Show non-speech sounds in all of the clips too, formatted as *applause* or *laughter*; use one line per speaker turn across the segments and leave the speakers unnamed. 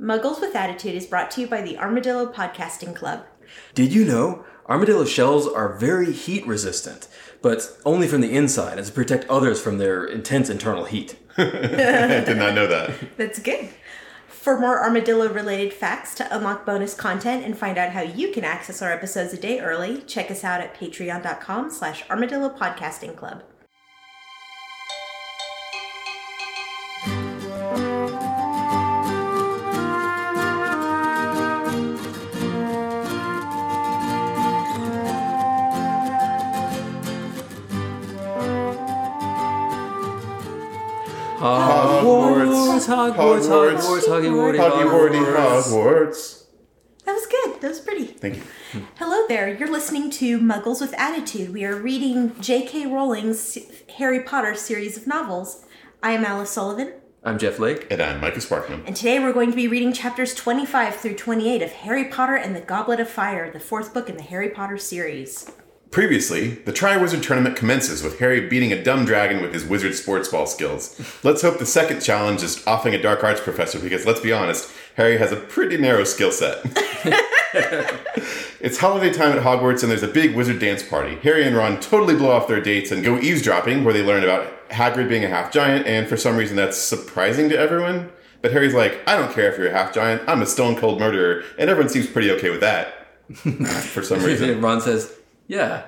Muggles with Attitude is brought to you by the Armadillo Podcasting Club.
Did you know armadillo shells are very heat resistant, but only from the inside as to protect others from their intense internal heat?
I did not know that.
That's good. For more armadillo related facts, to unlock bonus content and find out how you can access our episodes a day early, check us out at patreon.com slash armadillo podcasting club.
Hogwarts,
Hogwarts, Hogwarts,
Hogwarts,
Hogwarts, Hogwarts,
Hogwarts, Hogwarts.
That was good. That was pretty.
Thank you.
Hello there. You're listening to Muggles with Attitude. We are reading J.K. Rowling's Harry Potter series of novels. I am Alice Sullivan,
I'm Jeff Lake. *laughs*
And I'm Micah Sparkman.
and today we're going to be reading chapters 25 through 28 of Harry Potter and the Goblet of Fire, the fourth book in the Harry Potter series.
Previously, the Triwizard Tournament commences with Harry beating a dumb dragon with his wizard sports ball skills. Let's hope the second challenge is offing a dark arts professor because let's be honest, Harry has a pretty narrow skill set. it's holiday time at Hogwarts and there's a big wizard dance party. Harry and Ron totally blow off their dates and go eavesdropping where they learn about Hagrid being a half giant and for some reason that's surprising to everyone. But Harry's like, I don't care if you're a half giant, I'm a stone cold murderer, and everyone seems pretty okay with that. *laughs* for some reason.
Ron says, "Yeah,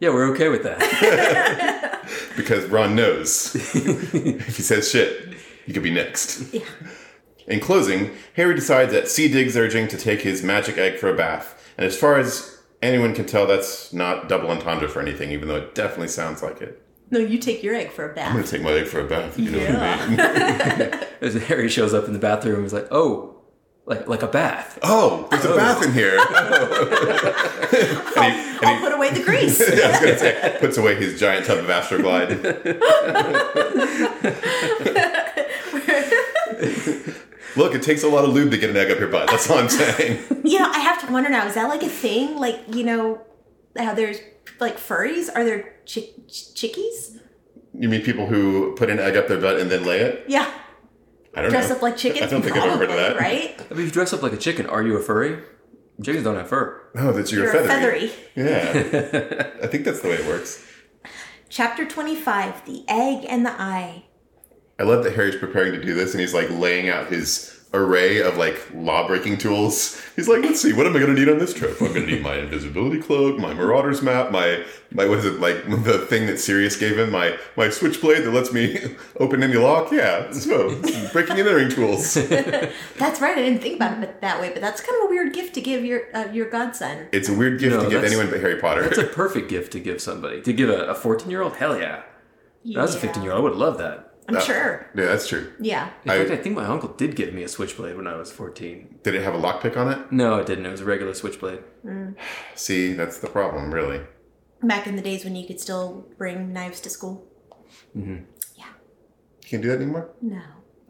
yeah, we're okay with that." *laughs*
because Ron knows *laughs* if he says shit, he could be next. In closing, Harry decides that Sea Dig's urging to take his magic egg for a bath, and as far as anyone can tell, that's not double entendre for anything, even though it definitely sounds like it.
No, you take your egg for a
I'm
bath.
gonna take my egg for a bath. You know what I mean?
As Harry shows up in the bathroom, and he's like, "Oh, like like a bath."
Oh, there's a bath in here. *laughs* and he,
I'll
and
put away the grease.
*laughs* he I was gonna say, puts away his giant tub of Astroglide. Look, it takes a lot of lube to get an egg up your butt. That's all I'm saying.
You know, I have to wonder now, is that like a thing? Like, you know, how there's like furries? Are there chick- ch- chickies?
You mean people who put an egg up their butt and then lay it?
Yeah.
I don't
Dress
know.
up like chickens?
I don't think I've ever heard of
probably,
that.
Right?
I mean, if you dress up like a chicken, are you a furry? Chickens don't have fur.
No, that's your
You're
feathery.
feathery.
Yeah,
*laughs*
I think that's the way it works.
Chapter 25 The Egg and the Eye.
I love that Harry's preparing to do this, and he's like laying out his array of like law-breaking tools. He's like, let's see, what am I going to need on this trip? I'm going to need my *laughs* invisibility cloak, my Marauder's map, my my what is it like the thing that Sirius gave him, my my switchblade that lets me *laughs* open any lock. Yeah, so breaking and entering tools.
That's right. I didn't think about it but that way, but that's kind of a weird gift to give your uh, your godson.
It's a weird gift
No,
to give
that's-
anyone but Harry Potter.
That's a perfect gift to give somebody. To give a 14 year old? Hell yeah. That was a
Yeah.
15 year old. I would love that.
I'm
Uh,
sure.
*laughs* Yeah, that's true.
Yeah.
In
I-
fact, I think my uncle did give me a switchblade when I was 14.
Did it have a lockpick on it?
No, it didn't. It was a regular switchblade.
See, that's the problem, really.
Back in the days when you could still bring knives to school.
You can't do that anymore?
No.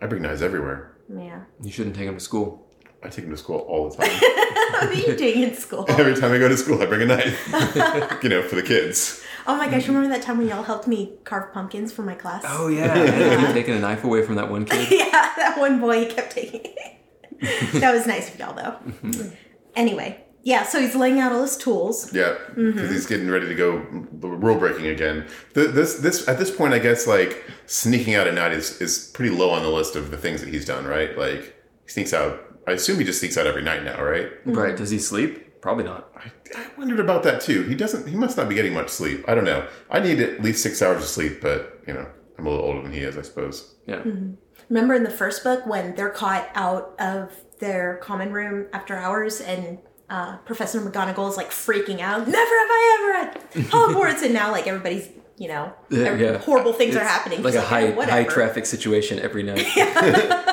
I bring knives everywhere.
Yeah.
You shouldn't take him to school.
I take them to school all
*laughs*
the time.
what are you doing in school?
Every time I go to school, I bring a knife. you know, for the kids.
*laughs* Oh my gosh, remember that time when y'all helped me carve pumpkins for my class?
Oh, *laughs* yeah. I keep taking a knife away from that one
*laughs*
kid.
yeah, that one boy he kept taking it. that was nice of y'all though.
Mm-hmm.
anyway, yeah, so he's laying out all his tools.
Yeah, because he's getting ready to go rule breaking again. Th- This, this, at this point, I guess like sneaking out at night is is pretty low on the list of the things that he's done. Right? Like he sneaks out. I assume he just sneaks out every night now, right?
*laughs* Right. Does he sleep? Probably not.
I, I wondered about that too. He doesn't. He must not be getting much sleep. I don't know. I need at least six hours of sleep, but you know, I'm a little older than he is, I suppose.
Yeah.
Mm-hmm. Remember in the first book when they're caught out of their common room after hours and uh, Professor McGonagall is like freaking out. Never have I ever at Hogwarts, and now like everybody's, you know,
Yeah, yeah.
horrible things are
It's
happening.
Like
She's
a high,
"Oh,
high
whatever."
traffic situation
*laughs*
every night.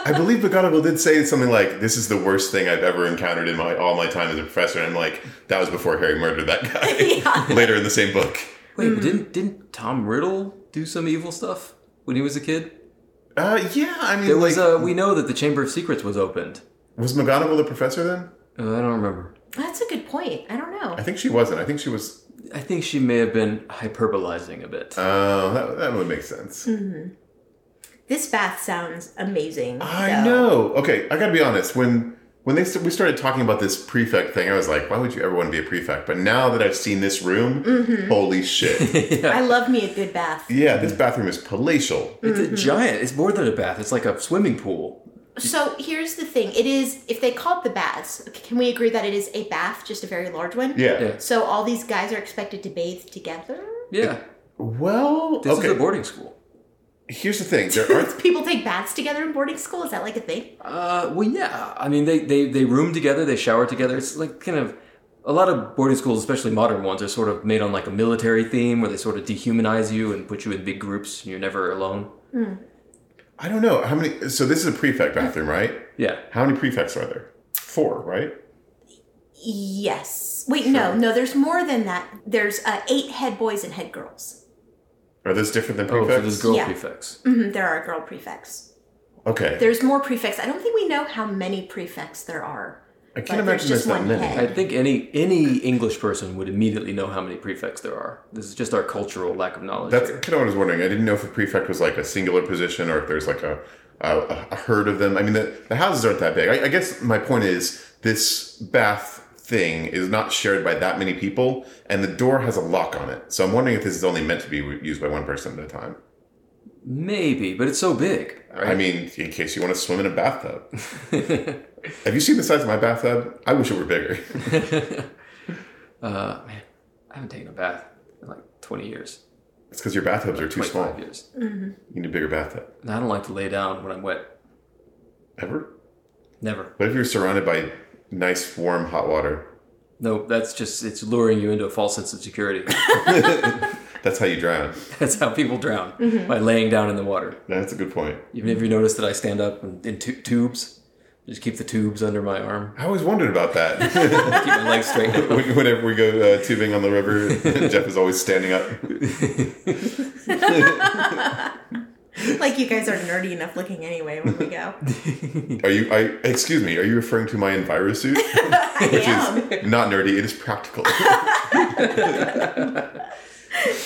I believe McGonagall did say something like, "This is the worst thing I've ever encountered in my all my time as a professor." And I'm like, that was before Harry murdered that guy. *laughs* Later in the same book.
Wait,
Mm-hmm.
but didn't, didn't Tom Riddle do some evil stuff when he was a kid?
Uh, yeah, I mean,
It was,
like,
uh, we know that the Chamber of Secrets was opened.
was McGonagall the professor then?
Uh, I don't remember.
That's a good point. I don't know.
I think she wasn't. I think she was.
I think Uh, *laughs*
uh,
she may have been hyperbolizing a bit.
Mm,
Oh, that, that would make sense.
This bath sounds amazing.
I
though.
know. Okay, I gotta be honest. When when they st- we started talking about this prefect thing, I was like, why would you ever want to be a prefect? But now that I've seen this room,
Mm-hmm.
holy
*laughs*
shit!
I love me a good bath.
yeah, this bathroom is palatial.
It's
Mm-hmm.
a giant. It's more than a bath. It's like a swimming pool.
So here's the thing: it is if they call it the baths, can we agree that it is a bath, just a very large one?
Yeah.
Yeah.
So all these guys are expected to bathe together.
Yeah.
Well,
This
okay.
is a boarding school.
Here's the thing. There
*laughs*
aren't.
People take baths together in boarding school. Is that like a thing?
Uh, well, yeah. I mean, they, they, they room together, they shower together. It's like kind of a lot of boarding schools, especially modern ones, are sort of made on like a military theme where they sort of dehumanize you and put you in big groups and you're never alone.
I don't know how many. So this is a prefect bathroom, right?
Yeah.
How many prefects are there? Four, right?
Yes. Wait, no, no. There's more than that. There's uh, eight head boys and head girls.
Are those different than
Oh, so
prefects?
there's girl
Yeah.
prefects.
hmm there are girl prefects.
okay.
There's more prefects. I don't think we know how many prefects there
*laughs*
are.
I can't
but there's
imagine there's
just
that
one
many.
head.
I think any any English person would immediately know how many prefects there are. This is just our cultural lack of knowledge.
That's
here.
kind of what I was wondering. I didn't know if a prefect was like a singular position or if there's like a a, a herd of them. I mean, the, the houses aren't that big. I, I guess my point is this bath thing is not shared by that many people, and the door has a lock on it. So I'm wondering if this is only meant to be used by one person at a time.
Maybe, but it's so big.
I mean, in case you want to swim in a bathtub. Have you seen the size of my bathtub? I wish it were bigger.
*laughs*
*laughs*
Uh, man, I haven't taken a bath in like 20 years,
it's because your bathtubs are too
25
small. You
years.
need a bigger bathtub.
And I don't like to lay down when I'm wet.
Ever?
Never.
What if you're surrounded by nice, warm, hot water?
No, that's just, it's luring you into a false sense of security. *laughs*
That's how you drown.
that's how people drown, by laying down in the water.
That's a good point.
Even if you notice that I stand up in, in tu- tubes, just keep the tubes under my arm, *laughs*
I always wondered about that. *laughs*
keep my legs straight up.
When- Whenever we go uh, tubing on the river, *laughs* Jeff is always standing up.
Like you guys are nerdy enough looking anyway when we
*laughs*
go.
Are you? I excuse me. Are you referring to my Enviro suit?
I
*laughs*
am.
Not nerdy. It is practical. *laughs*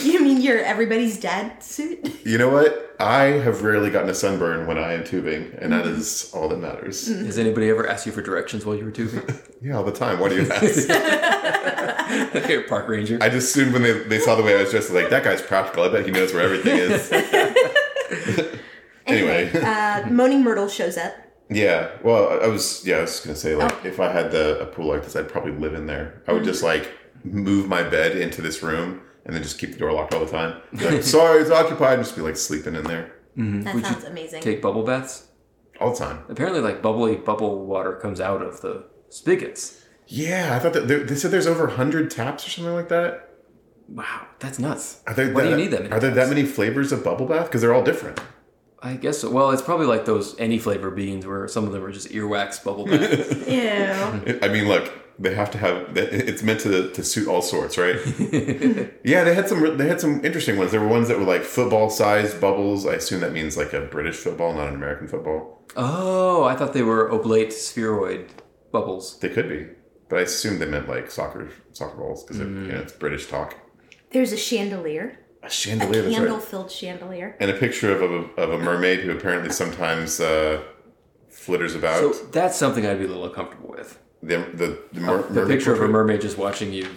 You mean your everybody's dad suit?
you know what? I have rarely gotten a sunburn when I am tubing, and that is all that matters.
Has anybody ever asked you for directions while you were tubing? *laughs*
Yeah, all the time. Why do you ask?
Here, park ranger.
I just assumed when they, they saw the way I was dressed, I was like that guy's practical. I bet he knows where everything is. *laughs* anyway.
Uh,
*laughs*
Moaning Myrtle shows up.
Yeah. Well, I- I was yeah, I was gonna say like
Oh.
if I had the a pool like this, I'd probably live in there. I would
Mm-hmm.
just like move my bed into this room and then just keep the door locked all
*laughs*
the time. Be Like, Sorry, it's occupied. and Just be like sleeping in there
That sounds amazing.
Take bubble baths.
all the time.
Apparently, like bubbly bubble water comes out of the spigots.
Yeah, I thought that there, they said there's over hundred taps or something like that.
Wow, that's nuts.
Are there
Why
that,
do you need that many?
Are there that
taps?
many flavors of bubble bath? Because they're all different.
I guess so. Well, it's probably like those any flavor beans where some of them are just earwax bubble bath.
Ew.
I mean, look, they have to have. It's meant to, to suit all sorts, right? *laughs* yeah, they had some. They had some interesting ones. There were ones that were like football-sized bubbles. I assume that means like a British football, not an American football.
oh, I thought they were oblate spheroid bubbles.
They could be, but I assume they meant like soccer soccer balls because you know, it's British talk.
There's a chandelier,
A
a
chandelier, that's right.
candle-filled chandelier.
And a picture of a, of a mermaid who apparently sometimes uh, flitters about.
So that's something I'd be a little uncomfortable with.
the the, the, mer-
The
mermaid
picture of a
portrait.
mermaid just watching you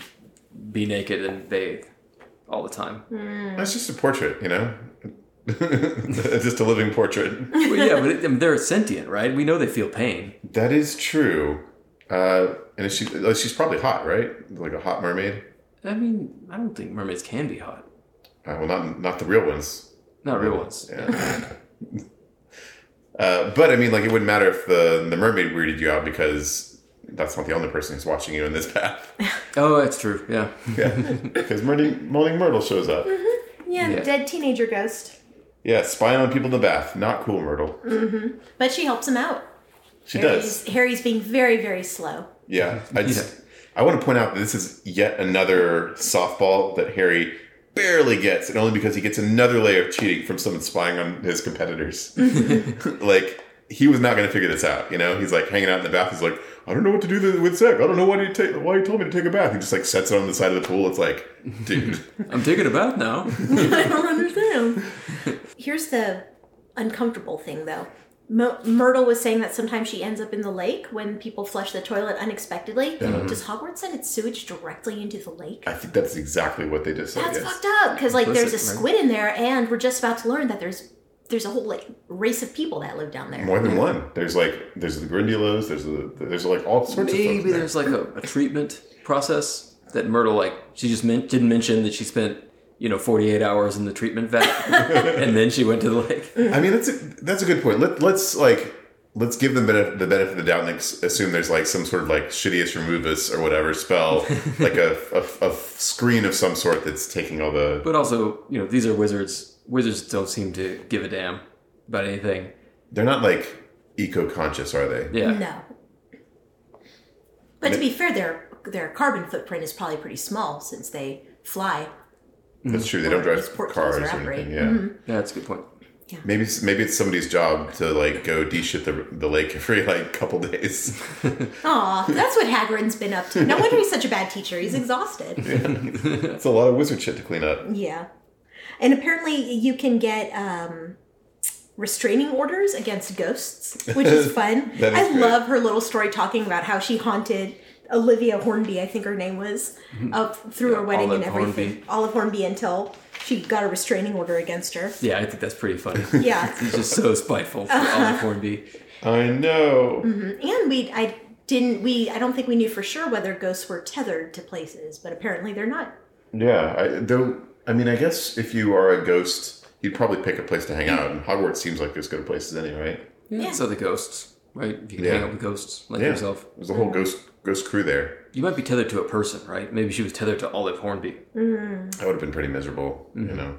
be naked and bathe all the time.
That's just a portrait, you know. *laughs* It's just a living portrait.
well, yeah, but it, I mean, they're sentient, right? We know they feel pain.
That is true. Uh, and is she, uh, she's probably hot, right? Like a hot mermaid.
I mean, I don't think mermaids can be hot.
Uh, well, not not the real ones.
Not real ones.
Uh, but I mean, like it wouldn't matter if the the mermaid weirded you out because that's not the only person who's watching you in this path. *laughs*
Oh, that's true. Yeah. *laughs*
Yeah, *laughs* because Morning Myrtle shows up.
Yeah,
Yeah.
dead teenager ghost.
Yeah, spying on people in the bath. Not cool, Myrtle.
But she helps him out.
She
Harry's,
does.
Harry's being very, very slow. *laughs*
*laughs* Yeah, I just I want to point out that this is yet another softball that Harry barely gets, and only because he gets another layer of cheating from someone spying on his *laughs* competitors. like he was not going to figure this out. You know, he's like hanging out in the bath. He's like, I don't know what to do th- with Zach. I don't know why he take why he told me to take a bath. He just like sets it on the side of the pool. It's like, dude,
I'm taking a bath now.
I don't understand. Here's the uncomfortable thing though. Mo- Myrtle was saying that sometimes she ends up in the lake when people flush the toilet unexpectedly. Does Hogwarts send its sewage directly into the lake?
Mm-hmm. I think that's exactly what they just said.
That's
yes.
fucked up because like there's a
Implicit, right?
squid in there, and we're just about to learn that there's there's a whole like race of people that live down there.
More than one. There's like there's the Grindylows. There's the there's like all sorts of folks
Maybe
there.
there's like a, a treatment process that Myrtle like she just men- didn't mention that she spent you know 48 hours in the treatment
*laughs*
vat and then she went to the lake.
I mean, that's a that's a good point. Let, let's like let's give them benef- the benefit of the doubt and ex- assume there's like some sort of like shittiest removus or
*laughs*
whatever spell, like a, a, a screen of some sort that's taking all the.
But also, you know, these are wizards. Wizards don't seem to give a damn about anything.
They're not like eco conscious, are they?
Yeah.
No. But to be fair, their their carbon footprint is probably pretty small since they fly.
That's true. They don't
Or
drive
just port
cars
keys
or
or
anything.
operate.
Yeah.
Yeah, that's a good point.
Maybe it's- maybe it's somebody's job to like go de shit the, the lake every like couple days.
*laughs*
Aw, that's what Hagrid's been up to. No wonder he's such a bad teacher. He's exhausted.
it's a lot of wizard shit to clean up.
Yeah. And apparently you can get um, restraining orders against ghosts, which
*laughs*
is fun.
That is
I
great.
love her little story talking about how she haunted Olivia Hornby, I think her name was,
Mm-hmm.
up through her wedding
Olive
and everything.
Hornby.
Olive Hornby until she got a restraining order against her.
Yeah, I think that's pretty funny. *laughs*
Yeah.
He's just so spiteful for Olive Hornby.
I know.
And we, I didn't, we, I don't think we knew for sure whether ghosts were tethered to places, but apparently they're not.
Yeah, I, though. I mean, I guess if you are a ghost, you'd probably pick a place to hang out, and Hogwarts seems like there's good places anyway.
Yeah.
Yeah.
So the ghosts, right? You can
Yeah.
hang out with ghosts like
Yeah,
yourself.
there's a Mm-hmm. whole ghost ghost crew there.
You might be tethered to a person, right? Maybe she was tethered to Olive Hornby.
I would have been pretty miserable, you know,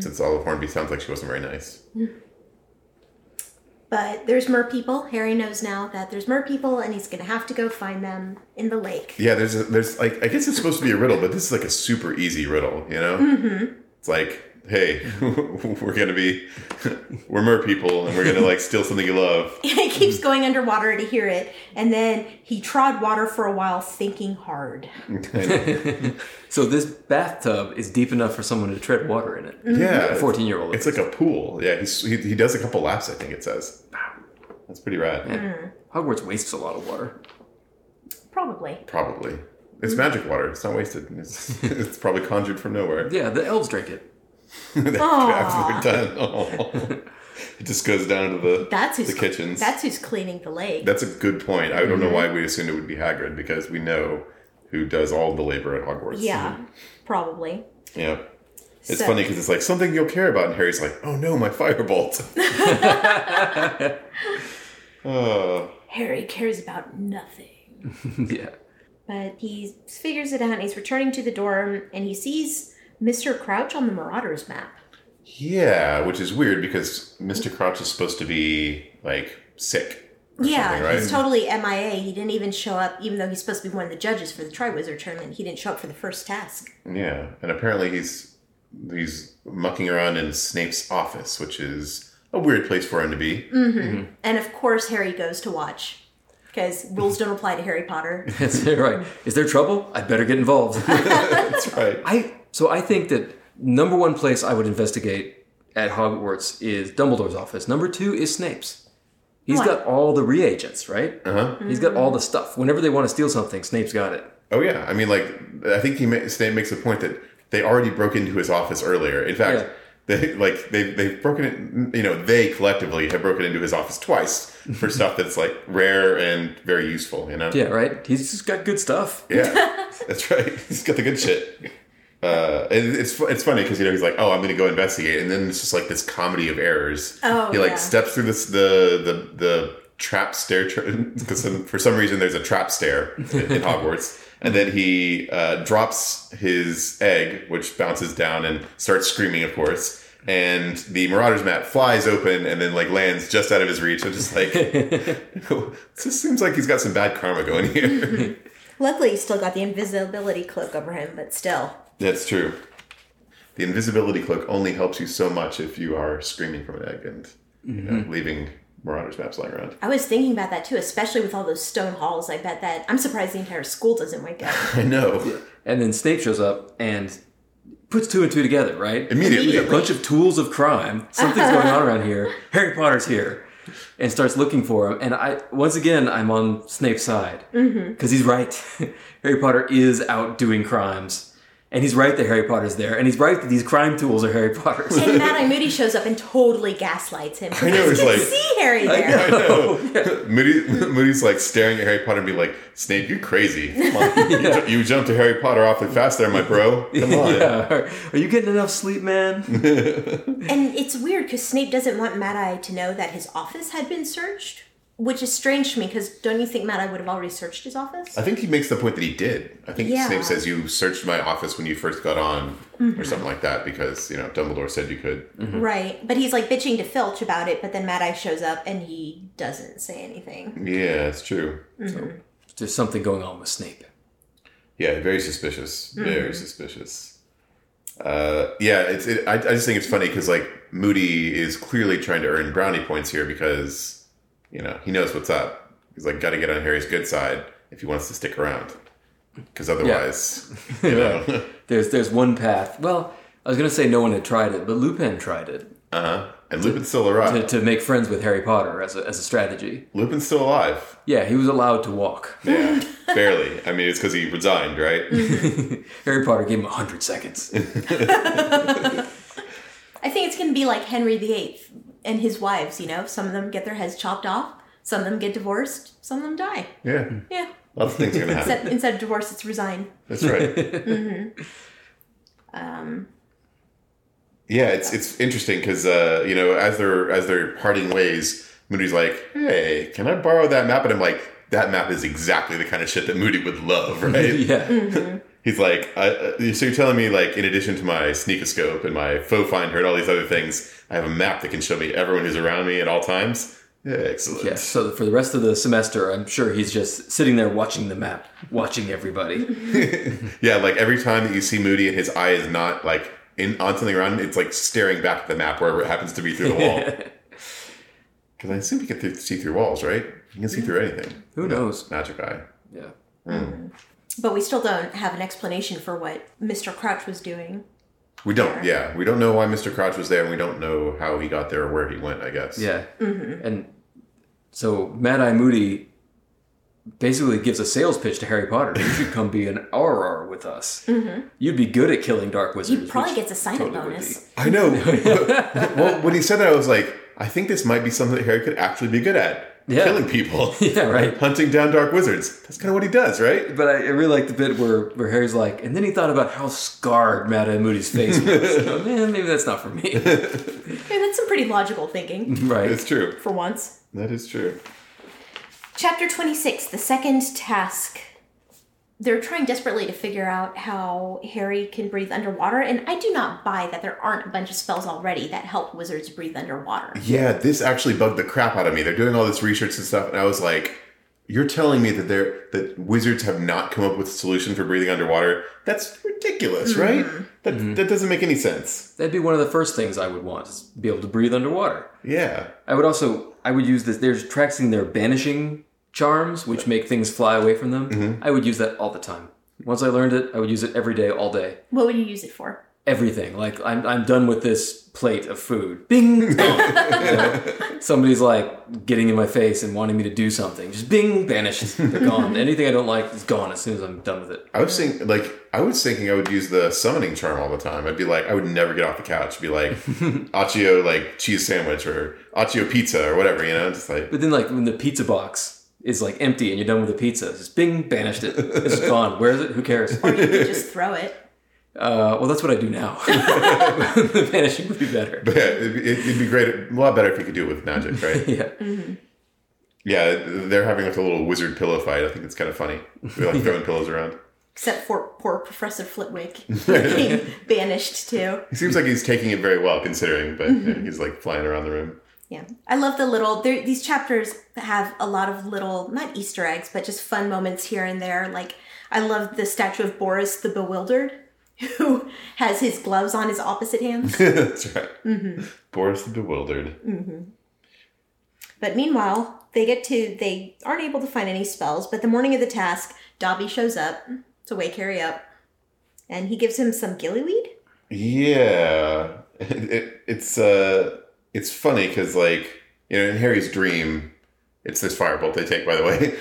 since Olive Hornby sounds like she wasn't very nice.
But there's mer people. Harry knows now that there's mer people, and he's gonna have to go find them in the lake. *laughs*
Yeah, there's a, there's like I guess it's supposed to be a riddle, but this is like a super easy riddle, you know. Mm-hmm. It's like, hey, *laughs* we're gonna be *laughs* we're mer people, and we're gonna like steal something you love.
he
Mm-hmm.
keeps going underwater to hear it, and then he trod water for a while, thinking hard.
*laughs* So this bathtub is deep enough for someone to tread water in it.
Yeah,
A 14 year old.
It's like a pool. Yeah, he's, he he does a couple laps. I think it says. That's pretty rad.
Hogwarts wastes a lot of water.
Probably.
Probably. It's
Mm.
magic water. It's not wasted. It's, *laughs* it's probably conjured from nowhere. *laughs*
Yeah, the elves drink it. *laughs*
After
Aw.
we're done. *laughs* Aw. it just goes down to the
That's who's
the kitchens.
That's
That's,
who's cleaning the lake.
a good point. I
Mm-hmm.
don't know why we assumed it would be Hagrid because we know who does all the labor at Hogwarts. Mm-hmm.
yeah, probably.
Yeah. mm-hmm. It's
So-
funny because it's like something you'll care about, and Harry's like, "Oh no,
*laughs*
my firebolt." *laughs* oh,
Harry cares about nothing.
yeah. *laughs*
But he figures it out and he's returning to the dorm and he sees Mr. Crouch on the Marauders map.
yeah, which is weird because Mr. Crouch is supposed to be like sick.
Yeah,
something,
he's
right?
totally MIA. He didn't even show up, even though he's supposed to be one of the judges for the Triwizard tournament. He didn't show up for the first task.
Yeah, and apparently he's he's mucking around in Snape's office, which is a weird place for him to be. *laughs*
And of course, Harry goes to watch because rules don't apply to Harry
*laughs*
Potter.
That's right. Is there trouble? I better get involved. *laughs*
That's right.
I so I think that number one place I would investigate at Hogwarts is Dumbledore's office. Number two is Snape's. He's
Why?
got all the reagents, right?
Uh-huh.
He's got all the stuff. Whenever they want to steal something, Snape's got it.
Oh yeah, I mean, like I think he ma- Snape makes the point that they already broke into his office earlier. In fact,
Yeah.
they like they they've broken it. You know, they collectively have broken into his office twice for stuff that's like rare and very useful. You know.
Yeah, right. He's just got good stuff.
Yeah, that's right. *laughs* He's got the good shit. Uh, and it's fu- it's funny because you know he's like, oh, I'm gonna go investigate, and then it's just like this comedy of errors.
Oh,
he like
yeah.
steps through this the the the trap stair *laughs* because for some reason there's a trap stair in, in
*laughs*
Hogwarts, and then he uh, drops his egg, which bounces down and starts screaming, of course. And the Marauder's map flies open and then like lands just out of his reach. I'm just like, *laughs* this seems like he's got some bad karma going here.
Luckily, he's still got the invisibility cloak over him, but still.
That's true. The invisibility cloak only helps you so much if you are screaming from an egg and you know, leaving Marauder's maps lying around. *laughs*
I was thinking about that too, especially with all those stone halls. I bet
*laughs*
that I'm surprised the entire school doesn't wake up.
I know.
And then Snape shows up and puts two and two together, right?
Immediately.
There's a bunch of tools of crime. Something's going on around
*laughs*
here. Harry Potter's here. And starts looking for him. And I, once again, I'm on Snape's side. Because he's right. *laughs* Harry Potter is out doing crimes. And he's right that Harry Potter's there. And he's right that these crime tools are Harry
*laughs*
Potter's. *laughs*
And Mad Eye Moody shows up and totally gaslights him. I
know,
you
he's
can
like-
see Harry there.
I know. Moody, Moody's like staring at Harry Potter and be like, Snape, you're crazy. Come on. you, ju- you jumped to Harry Potter awfully fast there, my bro. Come
*laughs*
on.
yeah. Are, are you getting enough sleep,
*laughs*
man?
And it's weird because Snape doesn't want Mad Eye to know that his office had been searched, which is strange to me because don't you think Mad Eye would have already searched his office?
I think he makes the point that he did. I think
Yeah.
Snape says you searched my office when you first got on, or something like that, because you know Dumbledore said you could.
Mm-hmm.
Mm-hmm.
Right. But he's like bitching to Filch about it, but then Mad Eye shows up and he doesn't say anything.
Yeah, it's true.
There's something going on with Snape.
Yeah, very suspicious. Very suspicious. Uh, yeah, it's. It, I, I just think it's funny because like Moody is clearly trying to earn brownie points here because you know he knows what's up. He's like got to get on Harry's good side if he wants to stick around, because otherwise, you *laughs* know.
There's there's one path. Well, I was gonna say no one had tried it, but Lupin tried it
uh huh. And Lupin's still alive.
to, to make friends with Harry Potter as a, as a strategy.
Lupin's still alive.
Yeah, he was allowed to walk.
Yeah, barely. I mean, it's because he resigned, right?
Harry Potter gave him hundred seconds.
I think it's going to be like Henry VIII and his wives, you know? Some of them get their heads chopped off, some of them get divorced, some of them die.
Yeah,
Yeah.
lots of things are gonna happen.
*laughs*
Except instead of divorce, it's resign.
That's right.
Um,
Yeah, it's it's interesting because uh, you know as they're as they're parting ways, Moody's like, "Hey, can I borrow that map?" And I'm like, "That map is exactly the kind of shit that Moody would
*laughs*
love, right?"
yeah,
He's like, I, uh, "So you're telling me like, in addition to my sneakoscope and my faux finder and all these other things, I have a map that can show me everyone who's around me at all times?" Yeah, excellent.
yeah. So for the rest of the semester, I'm sure he's just sitting there watching the map, watching everybody.
Yeah, like every time that you see Moody and his eye is not like in on something around, him, it's like staring back at the map wherever it happens to be through the
*laughs*
wall. Because I assume you can th- see through walls, right? You can see through anything.
Who knows?
Magic eye.
Yeah.
but we still don't have an explanation for what Mr. Crouch was doing.
We don't. Yeah, we don't know why Mr. Crouch was there, and we don't know how he got there or where he went. I guess.
Yeah.
Mm-hmm.
And so Mad Eye Moody basically gives a sales pitch to Harry Potter. You should come be an RR with us. You'd be good at killing dark wizards.
Mm-hmm. He probably
which
gets a sign up
totally would
bonus.
be.
I know. But- well, when he said that, I was like, I think this might be something that Harry could actually be good at.
Yeah.
Killing people.
*laughs* *laughs* Yeah, right.
Hunting down dark wizards. That's kind of what he does, right?
But I, I really like the bit where, where Harry's like, and then he thought about how scarred Mad Eye Moody's face was. So, Man, maybe that's not for me.
Yeah, that's some pretty logical thinking
right.
It's true.
for once.
That is true.
Chapter 26, the second task. They're trying desperately to figure out how Harry can breathe underwater, and I do not buy that there aren't a bunch of spells already that help wizards breathe underwater.
Yeah, this actually bugged the crap out of me. They're doing all this research and stuff, and I was like, "You're telling me that they're that wizards have not come up with a solution for breathing underwater? That's ridiculous, right? That that doesn't make any sense."
That'd be one of the first things I would want is be able to breathe underwater.
Yeah,
I would also I would use this. There's practicing their banishing charms, which make things fly away from them. I would use that all the time. Once I learned it, I would use it every day, all day,
What would you use it for?
everything. Like I'm I'm done with this plate of food. Bing. *laughs* dong. You know? Somebody's like getting in my face and wanting me to do something. Just bing, banished. They're gone. Anything I don't like is gone as soon as I'm done with it.
I was thinking like I was thinking I would use the summoning charm all the time. I'd be like, I would never get off the couch. Be like, Accio like cheese sandwich or Accio pizza or whatever. You know, just like *laughs*
But then like when the pizza box is like empty and you're done with the pizza, it's just bing, banished it. It's just gone. Where is it? Who cares?
Or you could just throw it.
Uh, well, that's what I do now. *laughs* the vanishing would be better.
yeah, it'd, be- it'd be great, a lot better if you could do it with magic, right?
Yeah.
Yeah, they're having like a little wizard pillow fight. I think it's kind of funny. They're like throwing pillows around.
Except for poor Professor Flitwick being banished too.
He seems like he's taking it very well, considering. But you know, he's like flying around the room. *laughs*
Yeah, I love the little. there- These chapters have a lot of little, not Easter eggs, but just fun moments here and there. Like I love the statue of Boris the Bewildered, *laughs* who has his gloves on his opposite hand.
That's right.
Mm-hmm.
Boris the Bewildered.
but meanwhile, they get to. They aren't able to find any spells. But the morning of the task, Dobby shows up to wake Harry up, and he gives him some gillyweed.
Yeah, it, it- it's uh, it's funny because like you know in Harry's dream, it's this firebolt they take. By the way,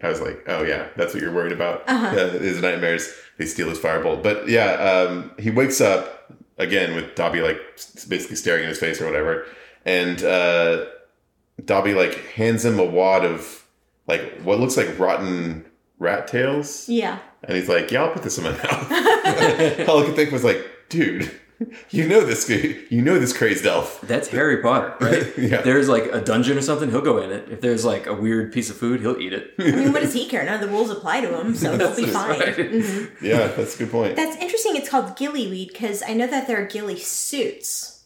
*laughs* I was like, oh yeah, that's what you're worried about.
Uh-huh.
Yeah, his nightmares. They steal his firebolt, but yeah, um, he wakes up again with Dobby like s- basically staring in his face or whatever, and uh, Dobby like hands him a wad of like what looks like rotten rat
*laughs*
tails.
Yeah.
And he's like, "Yeah, I'll put this in my *laughs* mouth." All I could think was like, "Dude, you know this dude, you know this crazed elf." *laughs*
That's Harry Potter, right?
Yeah.
If there's like a dungeon or something, he'll go in it. If there's like a weird piece of food, he'll eat it.
I mean, what does he care? None of the rules apply to him, so he'll be fine.
right.
Mhm.
Yeah, that's a good point.
That's interesting. It's called gillyweed because I know that there are gilly suits,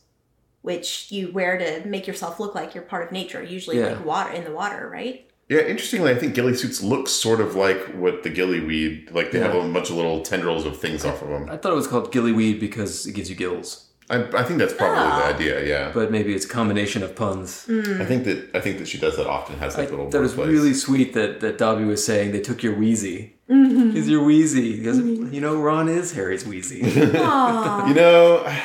which you wear to make yourself look like you're part of nature. Usually,
Yeah.
like water in the water, right?
Yeah, interestingly, I think gilly suits look sort of like what the gillyweed, like they have
Yeah.
a bunch of little tendrils of things off of them.
I thought it was called gillyweed because it gives you gills,
I, I think that's probably
Ah.
the idea. Yeah,
but maybe it's a combination of puns.
I think that I think that she does that often. Has
I
like little
thought it was
wordplays.
really sweet that, that Dobby was saying they took your Wheezy. Is your Wheezy? Because you know Ron is Harry's
*laughs*
Wheezy.
Aw.
You know,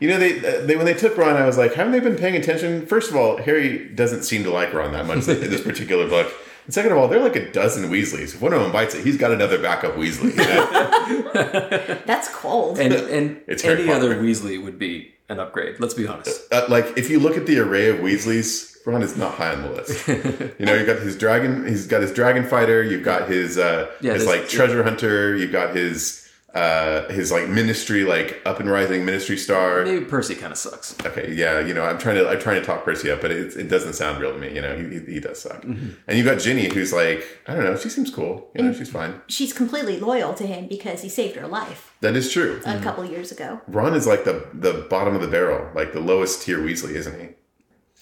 you know they they when they took Ron, I was like, haven't they been paying attention? First of all, Harry doesn't seem to like Ron that much in this particular book. And second of all, there are like a dozen Weasleys. If one of them bites it, he's got another backup Weasley. you
*laughs*
*laughs*
know?
that's cold.
and and
It's Harry
any other
Potter.
Weasley would be an upgrade. Let's be honest.
Uh, like if you look at the array of Weasleys, Ron is not high on the list. You know, you've got his dragon. He's got his dragon fighter. You've got his uh,
Yeah,
his
this-
like treasure hunter. You've got his. Uh, his like ministry, like up and rising ministry star.
Maybe Percy kind of sucks.
Okay, yeah, you know, I'm trying to I'm trying to talk Percy up, but it, it doesn't sound real to me. You know, he, he- he does suck. And you got Ginny, who's like, I don't know, she seems cool. You know, she's fine.
She's completely loyal to him because he saved her life
That is true.
a couple years ago.
Ron is like the the bottom of the barrel, like the lowest tier Weasley, isn't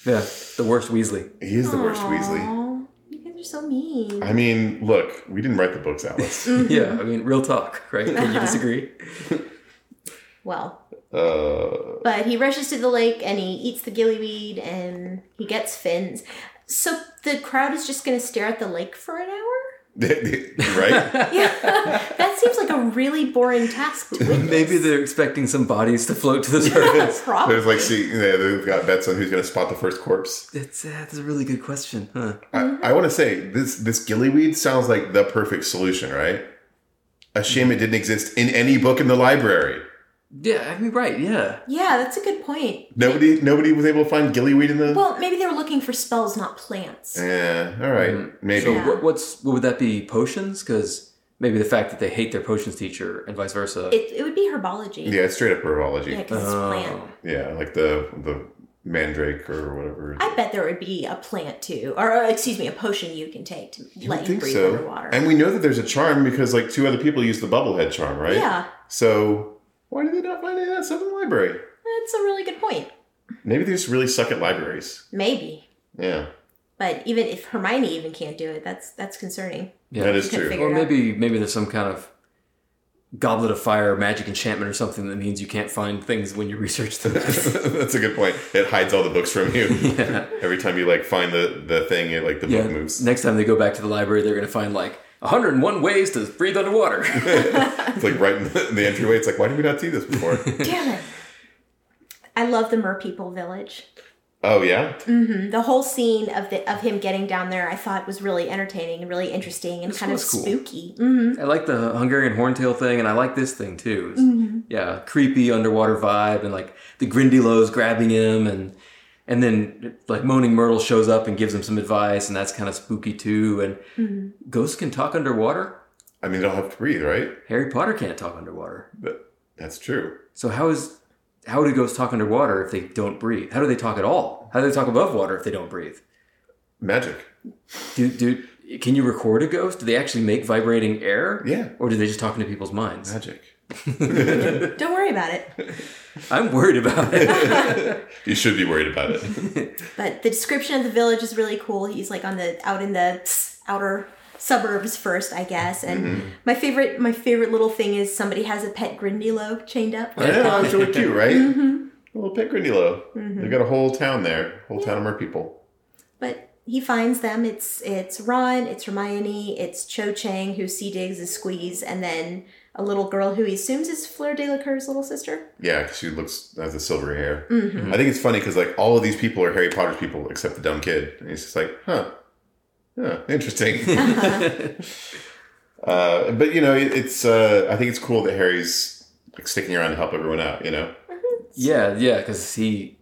Yeah, the worst Weasley.
he? He is the worst Weasley.
Aw, You guys are so mean.
I mean, look, we didn't write the
*laughs*
books, Alice.
Yeah, I mean, real talk, right? Can you disagree?
well,
uh, *laughs*
But he rushes to the lake and he eats the gillyweed and he gets fins. So the crowd is just going to stare at the lake for an hour?
right?
Yeah. *laughs* that seems like a really boring task to witness.
Maybe they're expecting some bodies to float to the surface. *laughs*
Probably.
There's like, see, yeah, they've got bets on who's going to spot the first corpse.
That's, uh, that's a really good question, huh?
Mm-hmm.
I, I want to say this this gillyweed sounds like the perfect solution, right? A shame it didn't exist in any book in the library.
Yeah, I mean, right, yeah.
Yeah, that's a good point.
Nobody, nobody was able to find gillyweed in the.
Well, maybe they were looking for spells, not plants.
yeah, all right,
Mm-hmm.
maybe.
So
Yeah.
what, what's what would that be? Potions? Because maybe the fact that they hate their potions teacher and vice versa.
It, it would be herbology.
yeah, it's straight up herbology. Yeah.
because it's
Oh.
plant.
like the the mandrake or whatever.
I bet there would be a plant too, or uh, excuse me, a potion you can take to
would
let you breathe underwater.
And we know that there's a charm because like two other people used the bubblehead charm, right?
Yeah,
So why did they not find any of that stuff in the library?
that's a really good point.
Maybe they just really suck at libraries.
Maybe.
Yeah,
But even if Hermione even can't do it, that's that's concerning.
yeah.
that is
Couldn't
true.
figure
or
it out.
maybe maybe there's some kind of goblet of fire magic enchantment or something that means you can't find things when you
*laughs*
research them.
*laughs* That's a good point. It hides all the books from you.
*laughs* yeah.
Every time you like find the the thing, it like the
yeah.
book moves.
Next time they go back to the library, they're going to find like 101 ways to breathe underwater.
It's like right in the, the entryway. It's like, why did we not see
*laughs*
this before?
Damn it. I love the merpeople village. Mm-hmm.
oh yeah,
The whole scene of the of him getting down there, I thought was really entertaining and really interesting and kind of
was cool.
spooky. hmm
*laughs* I like the Hungarian horntail thing, and I like this thing too. It's-
Mm-hmm.
Yeah, creepy underwater vibe, and like the Grindylows grabbing him, and and then like Moaning Myrtle shows up and gives him some advice, and that's kind of spooky too. And
Mm-hmm.
ghosts can talk underwater.
I mean, they don't have to breathe, right?
Harry Potter can't talk underwater.
But that's true.
So how is how do ghosts talk underwater if they don't breathe? How do they talk at all? How do they talk above water if they don't breathe?
Magic.
Do do can you record a ghost? Do they actually make vibrating air?
Yeah.
Or do they just talk into people's minds?
Magic. *laughs*
Don't worry about it.
I'm worried about it.
You should be worried about it.
But the description of the village is really cool. He's like on the out in the outer suburbs first, I guess. And
Mm-hmm.
Mm-hmm.
my favorite my favorite little thing is somebody has a pet Grindylow chained up.
Oh,
I know, it's really cute, right?
*laughs* Mm-hmm.
Mm-hmm. A little pit Grindylow. They've got a whole town there, whole town of mer people.
But he finds them. It's it's Ron, it's Hermione, it's Cho Chang who C digs is Squeeze, and then a little girl who he assumes is Fleur Delacour's little sister.
Yeah, because she looks has the silver hair.
Mm-hmm.
I think it's funny because like all of these people are Harry Potter's people except the dumb kid, and he's just like, huh, yeah,
*laughs*
interesting. uh, but you know, it, it's uh, I think it's cool that Harry's like sticking around to help everyone out. You know,
Mm-hmm.
yeah, yeah, because he,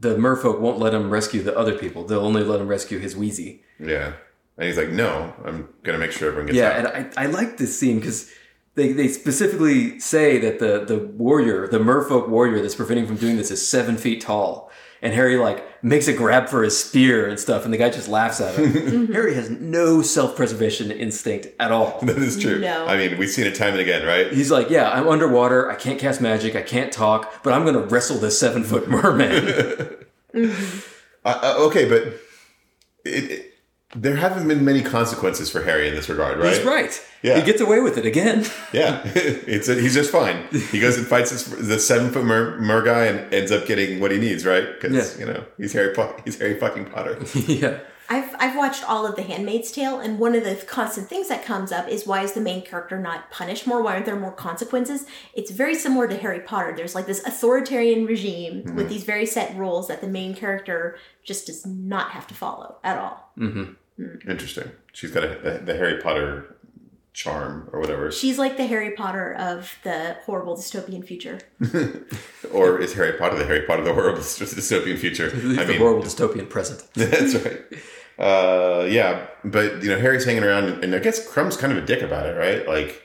the merfolk won't let him rescue the other people. They'll only let him rescue his Wheezy.
yeah. And he's like, no, I'm gonna make sure everyone gets
Yeah,
out. *laughs*
and I, I like this scene because they, they specifically say that the, the warrior, the merfolk warrior that's preventing from doing this is seven feet tall. And Harry like makes a grab for his spear and stuff, and the guy just laughs at
*laughs*
him. Harry has no self-preservation instinct at all.
that is true.
No.
I mean, we've seen it time and again, right?
He's like, yeah, I'm underwater. I can't cast magic. I can't talk, but I'm gonna wrestle this seven foot *laughs* merman.
Uh, uh, okay, but it, it, there haven't been many consequences for Harry in this regard, right?
He's right.
Yeah.
He gets away with it again. *laughs*
Yeah, *laughs* it's he's just fine. He goes and fights this, the seven foot mer, mer guy and ends up getting what he needs, right? Because
Yeah.
you know he's Harry Potter. He's Harry fucking Potter.
yeah.
I've I've watched all of The Handmaid's Tale, and one of the constant things that comes up is why is the main character not punished more? Why aren't there more consequences? It's very similar to Harry Potter. There's like this authoritarian regime with these very set rules that the main character just does not have to follow at all.
Mm-hmm.
Interesting. She's got a, the, the Harry Potter charm or whatever,
She's like the Harry Potter of the horrible dystopian future.
*laughs* or is Harry Potter the Harry Potter of the horrible dystopian future?
It's
I
the
mean,
horrible dystopian present.
*laughs* that's right. Uh, yeah, but you know Harry's hanging around, and I guess Crumb's kind of a dick about it, right? Like,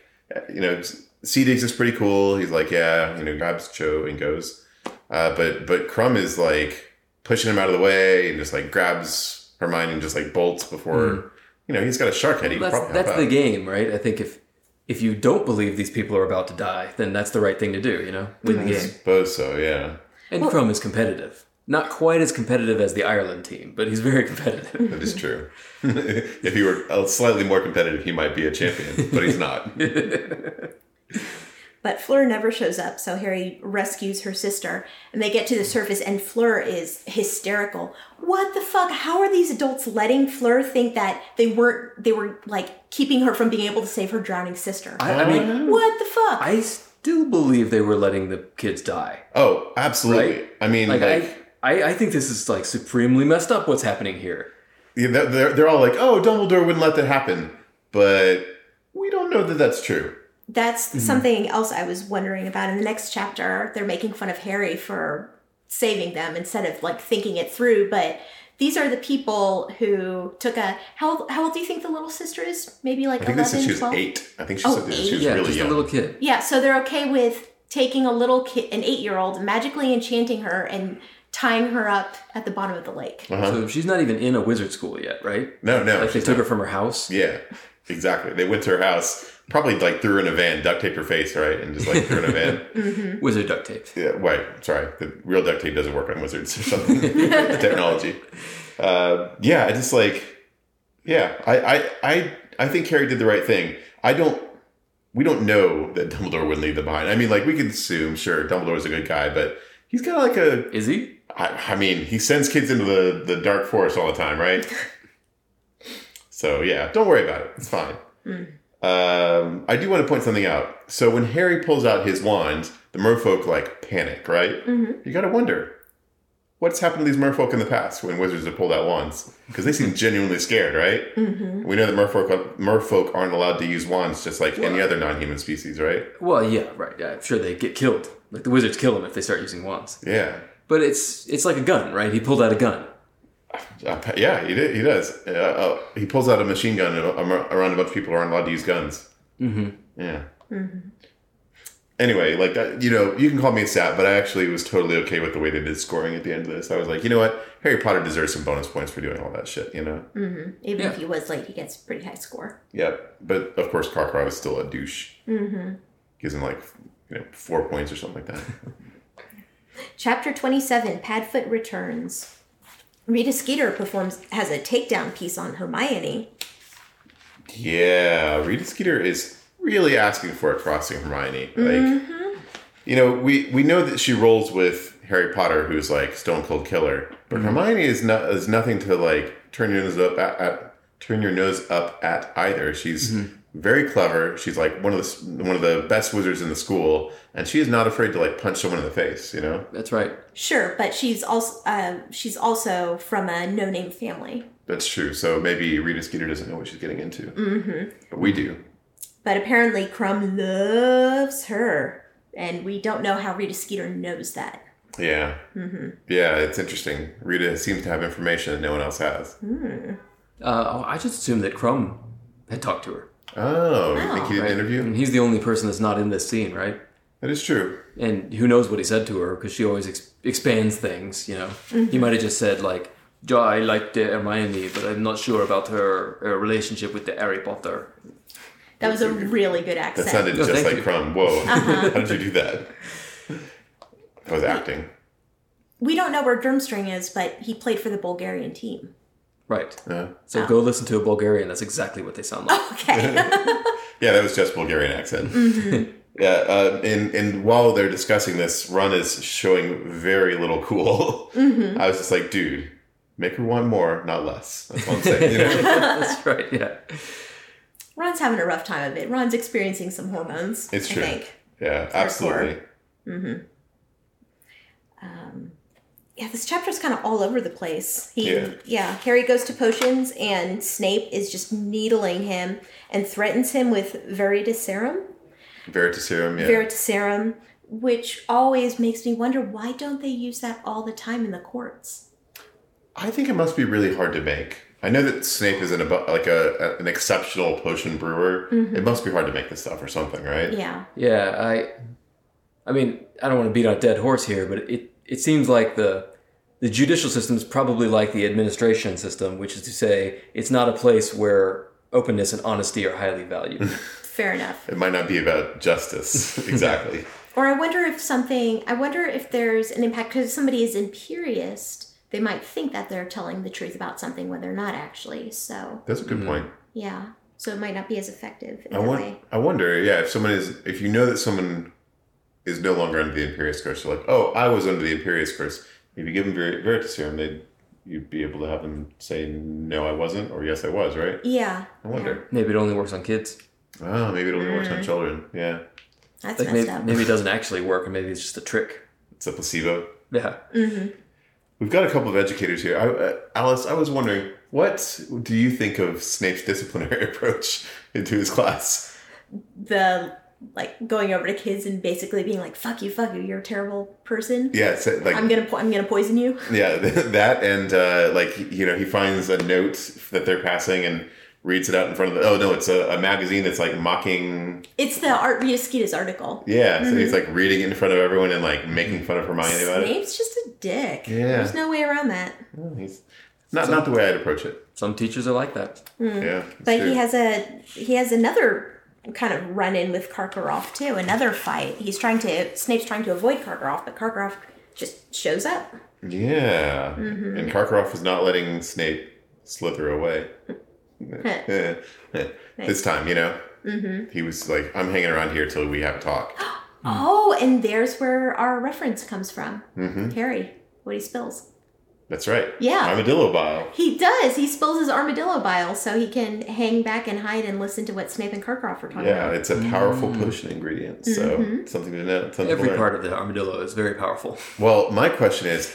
you know, C Diggs is pretty cool. He's like, yeah, you know, grabs Cho and goes. Uh, but but Crumb is like pushing him out of the way and just like grabs Hermione and just like bolts before you know he's got a shark head. He could
Hmm. That's,
probably
that's
help
the
out.
game, right? I think if if you don't believe these people are about to die, then that's the right thing to do, you know? Win the
I
game.
suppose so. Yeah,
And Crumb is competitive. Not quite as competitive as the Ireland team, but he's very *laughs* competitive.
that is true. *laughs* if he were uh, slightly more competitive, he might be a champion, but
*laughs*
he's not.
But Fleur never shows up, so Harry rescues her sister, and they get to the surface, and Fleur is hysterical. What the fuck? How are these adults letting Fleur think that they weren't? They were like keeping her from being able to save her drowning sister.
I, I mean,
what the fuck?
I still believe they were letting the kids die.
oh, absolutely.
Right?
I mean,
Like,
like,
I, I, I think this is like supremely messed up what's happening here.
Yeah, they're, they're, they're all like, oh, Dumbledore wouldn't let that happen. But we don't know that that's true.
That's
Hmm.
something else I was wondering about. In the next chapter, they're making fun of Harry for saving them instead of like thinking it through. But these are the people who took a how old, how old do you think the little sister is? Maybe like
I think they said
11,
she was
12?
eight. I think she
Oh,
said that she
eight?
was
yeah,
really
just
young.
a little kid.
Yeah, so they're okay with taking a little kid, an eight year old, magically enchanting her and tying her up at the bottom of the lake.
Uh-huh.
So she's not even in a wizard school yet, right?
No, no.
Like they took her from her house.
yeah, exactly. They went to her house, probably like threw her in a van, duct taped her face, right? And just like threw her in a van.
Wizard duct tape.
Yeah, wait, sorry. The real duct tape doesn't work on wizards or something. the technology. Uh, yeah, I just like, yeah, I, I, I, I think Harry did the right thing. I don't, we don't know that Dumbledore would leave them behind. I mean, like, we can assume, sure, Dumbledore's a good guy, but he's kind of like a,
Is he?
I, I mean, he sends kids into the, the dark forest all the time, right? so, yeah, don't worry about it. It's fine. Um, I do want to point something out. So when Harry pulls out his wand, the merfolk like panic, right?
Mhm.
You got to wonder what's happened to these merfolk in the past when wizards have pulled out wands because they seem genuinely scared, right?
Mm-hmm.
We know that merfolk merfolk aren't allowed to use wands just like any other non-human species, right?
Well, yeah, right. Yeah, I'm sure they get killed. Like the wizards kill them if they start using wands.
Yeah.
But it's it's like a gun, right? He pulled out a gun.
Uh, yeah, he, did, he does. Uh, uh, he pulls out a machine gun a- a- around a bunch of people who aren't allowed to use guns.
Mm-hmm.
Yeah.
Mm-hmm.
Anyway, like that, you know, you can call me a sap, but I actually was totally okay with the way they did scoring at the end of this. I was like, you know what, Harry Potter deserves some bonus points for doing all that shit, you know.
Mm-hmm. Even
Yeah.
if he was late, he gets a pretty high score.
Yep. But of course, Karkaroff is still a douche.
Mm-hmm.
Gives him like, you know, four points or something like that.
Chapter 27 Padfoot Returns. Rita Skeeter performs has a takedown piece on Hermione.
yeah, Rita Skeeter is really asking for a crossing Hermione. Like, you know, we we know that she rolls with Harry Potter, who's like stone cold killer, but Hermione is not is nothing to like turn your nose up at, at turn your nose up at either. She's very clever. She's like one of the s- one of the best wizards in the school, and she is not afraid to like punch someone in the face. You know,
That's right.
Sure, but she's also uh, she's also from a no name family.
that's true. So maybe Rita Skeeter doesn't know what she's getting into, mm-hmm. but we do.
But apparently, Crumb loves her, and we don't know how Rita Skeeter knows that.
Yeah, mm-hmm. yeah, it's interesting. Rita seems to have information that no one else has.
Uh, oh, I just assumed that Crumb had talked to her.
Oh, you think he did
Right?
an interview?
And he's the only person that's not in this scene, right?
That is true.
And who knows what he said to her because she always ex- expands things, you know? He might have just said, like, "Ja, I liked uh, Hermione, but I'm not sure about her, her relationship with the Harry Potter.
That was a really good accent.
That sounded
No,
just
thank
like
you.
Crumb. Whoa, *laughs* how did you do that? That was acting.
we don't know where Durmstrang is, but he played for the Bulgarian team.
Right.
Yeah.
So go listen to a Bulgarian. That's exactly what they sound
*laughs*
like. *laughs*
*laughs*
Okay.
Yeah, that was just Bulgarian accent. *laughs* yeah, uh, and and while they're discussing this, Ron is showing very little cool. *laughs* I was just like, dude, make her want more, not less. That's what I'm saying. You *laughs* know?
That's right. Yeah.
Ron's having a rough time of it. Ron's experiencing some hormones.
It's
I
true.
think.
yeah, absolutely.
Yeah, this chapter's kind of all over the place. He,
Yeah.
yeah. Harry goes to potions, and Snape is just needling him and threatens him with veritaserum,
Veritaserum, yeah.
veritaserum, which always makes me wonder why don't they use that all the time in the courts?
I think it must be really hard to make. I know that Snape is an abo- like a, a- an exceptional potion brewer. It must be hard to make this stuff or something, right?
Yeah,
Yeah. I. I mean, I don't want to beat on a dead horse here, but it it seems like the the judicial system is probably like the administration system, which is to say, it's not a place where openness and honesty are highly valued.
fair enough.
It might not be about justice exactly.
Or I wonder if something, I wonder if there's an impact because if somebody is imperious, they might think that they're telling the truth about something when they're not actually. So,
That's a good point.
yeah. So it might not be as effective in
I
that
won-
way.
I wonder, yeah, if someone is, if you know that someone is no longer under the Imperious Curse, you're like, oh, I was under the Imperious Curse. If you give them Ver- Veritaserum, they'd you'd be able to have them say, no, I wasn't, or yes, I was, right?
Yeah.
I wonder.
maybe it only works on kids.
Oh, maybe it only works on children. Yeah,
That's
Like
messed
maybe,
up. *laughs*
maybe it doesn't actually work, and maybe it's just a trick.
it's a placebo.
Yeah.
Mm-hmm.
We've got a couple of educators here. I, uh, Alice, I was wondering, what do you think of Snape's disciplinary *laughs* approach into his class?
the like going over to kids and basically being like, "Fuck you, fuck you, you're a terrible person.
Yeah, it's like
I'm gonna, po- I'm gonna poison you."
Yeah, *laughs* that and uh, like you know, he finds a note that they're passing and reads it out in front of the. Oh no, it's a, a magazine that's like mocking.
It's the Art Riosquita's article.
Yeah, so
Mm-hmm.
he's like reading it in front of everyone and like making fun of Hermione about it.
Snape's just a dick.
Yeah.
There's no way around that.
Oh, He's not not the way I'd approach it.
Some teachers are like that.
Mm-hmm.
Yeah, it's
But
true.
he has a he has another kind of run in with Karkaroff too. Another fight. He's trying to Snape's trying to avoid Karkaroff, but Karkaroff just shows up.
yeah,
Mm-hmm.
and Karkaroff is not letting Snape slither away.
Mm-hmm.
*laughs* Eh, eh. this time, you know, mm-hmm. he was like, "I'm hanging around here till we have a talk."
Oh, and there's where our reference comes from. Harry, what he spills.
Mm-hmm. That's right.
Yeah.
armadillo bile.
He does. He spills his armadillo bile so he can hang back and hide and listen to what Snape and Karkaroff are talking
Yeah,
about.
it's a powerful potion ingredient, so
Mm-hmm.
something to know. Something to
Mm. Every
learn.
part of the armadillo is very powerful.
Well, my question is,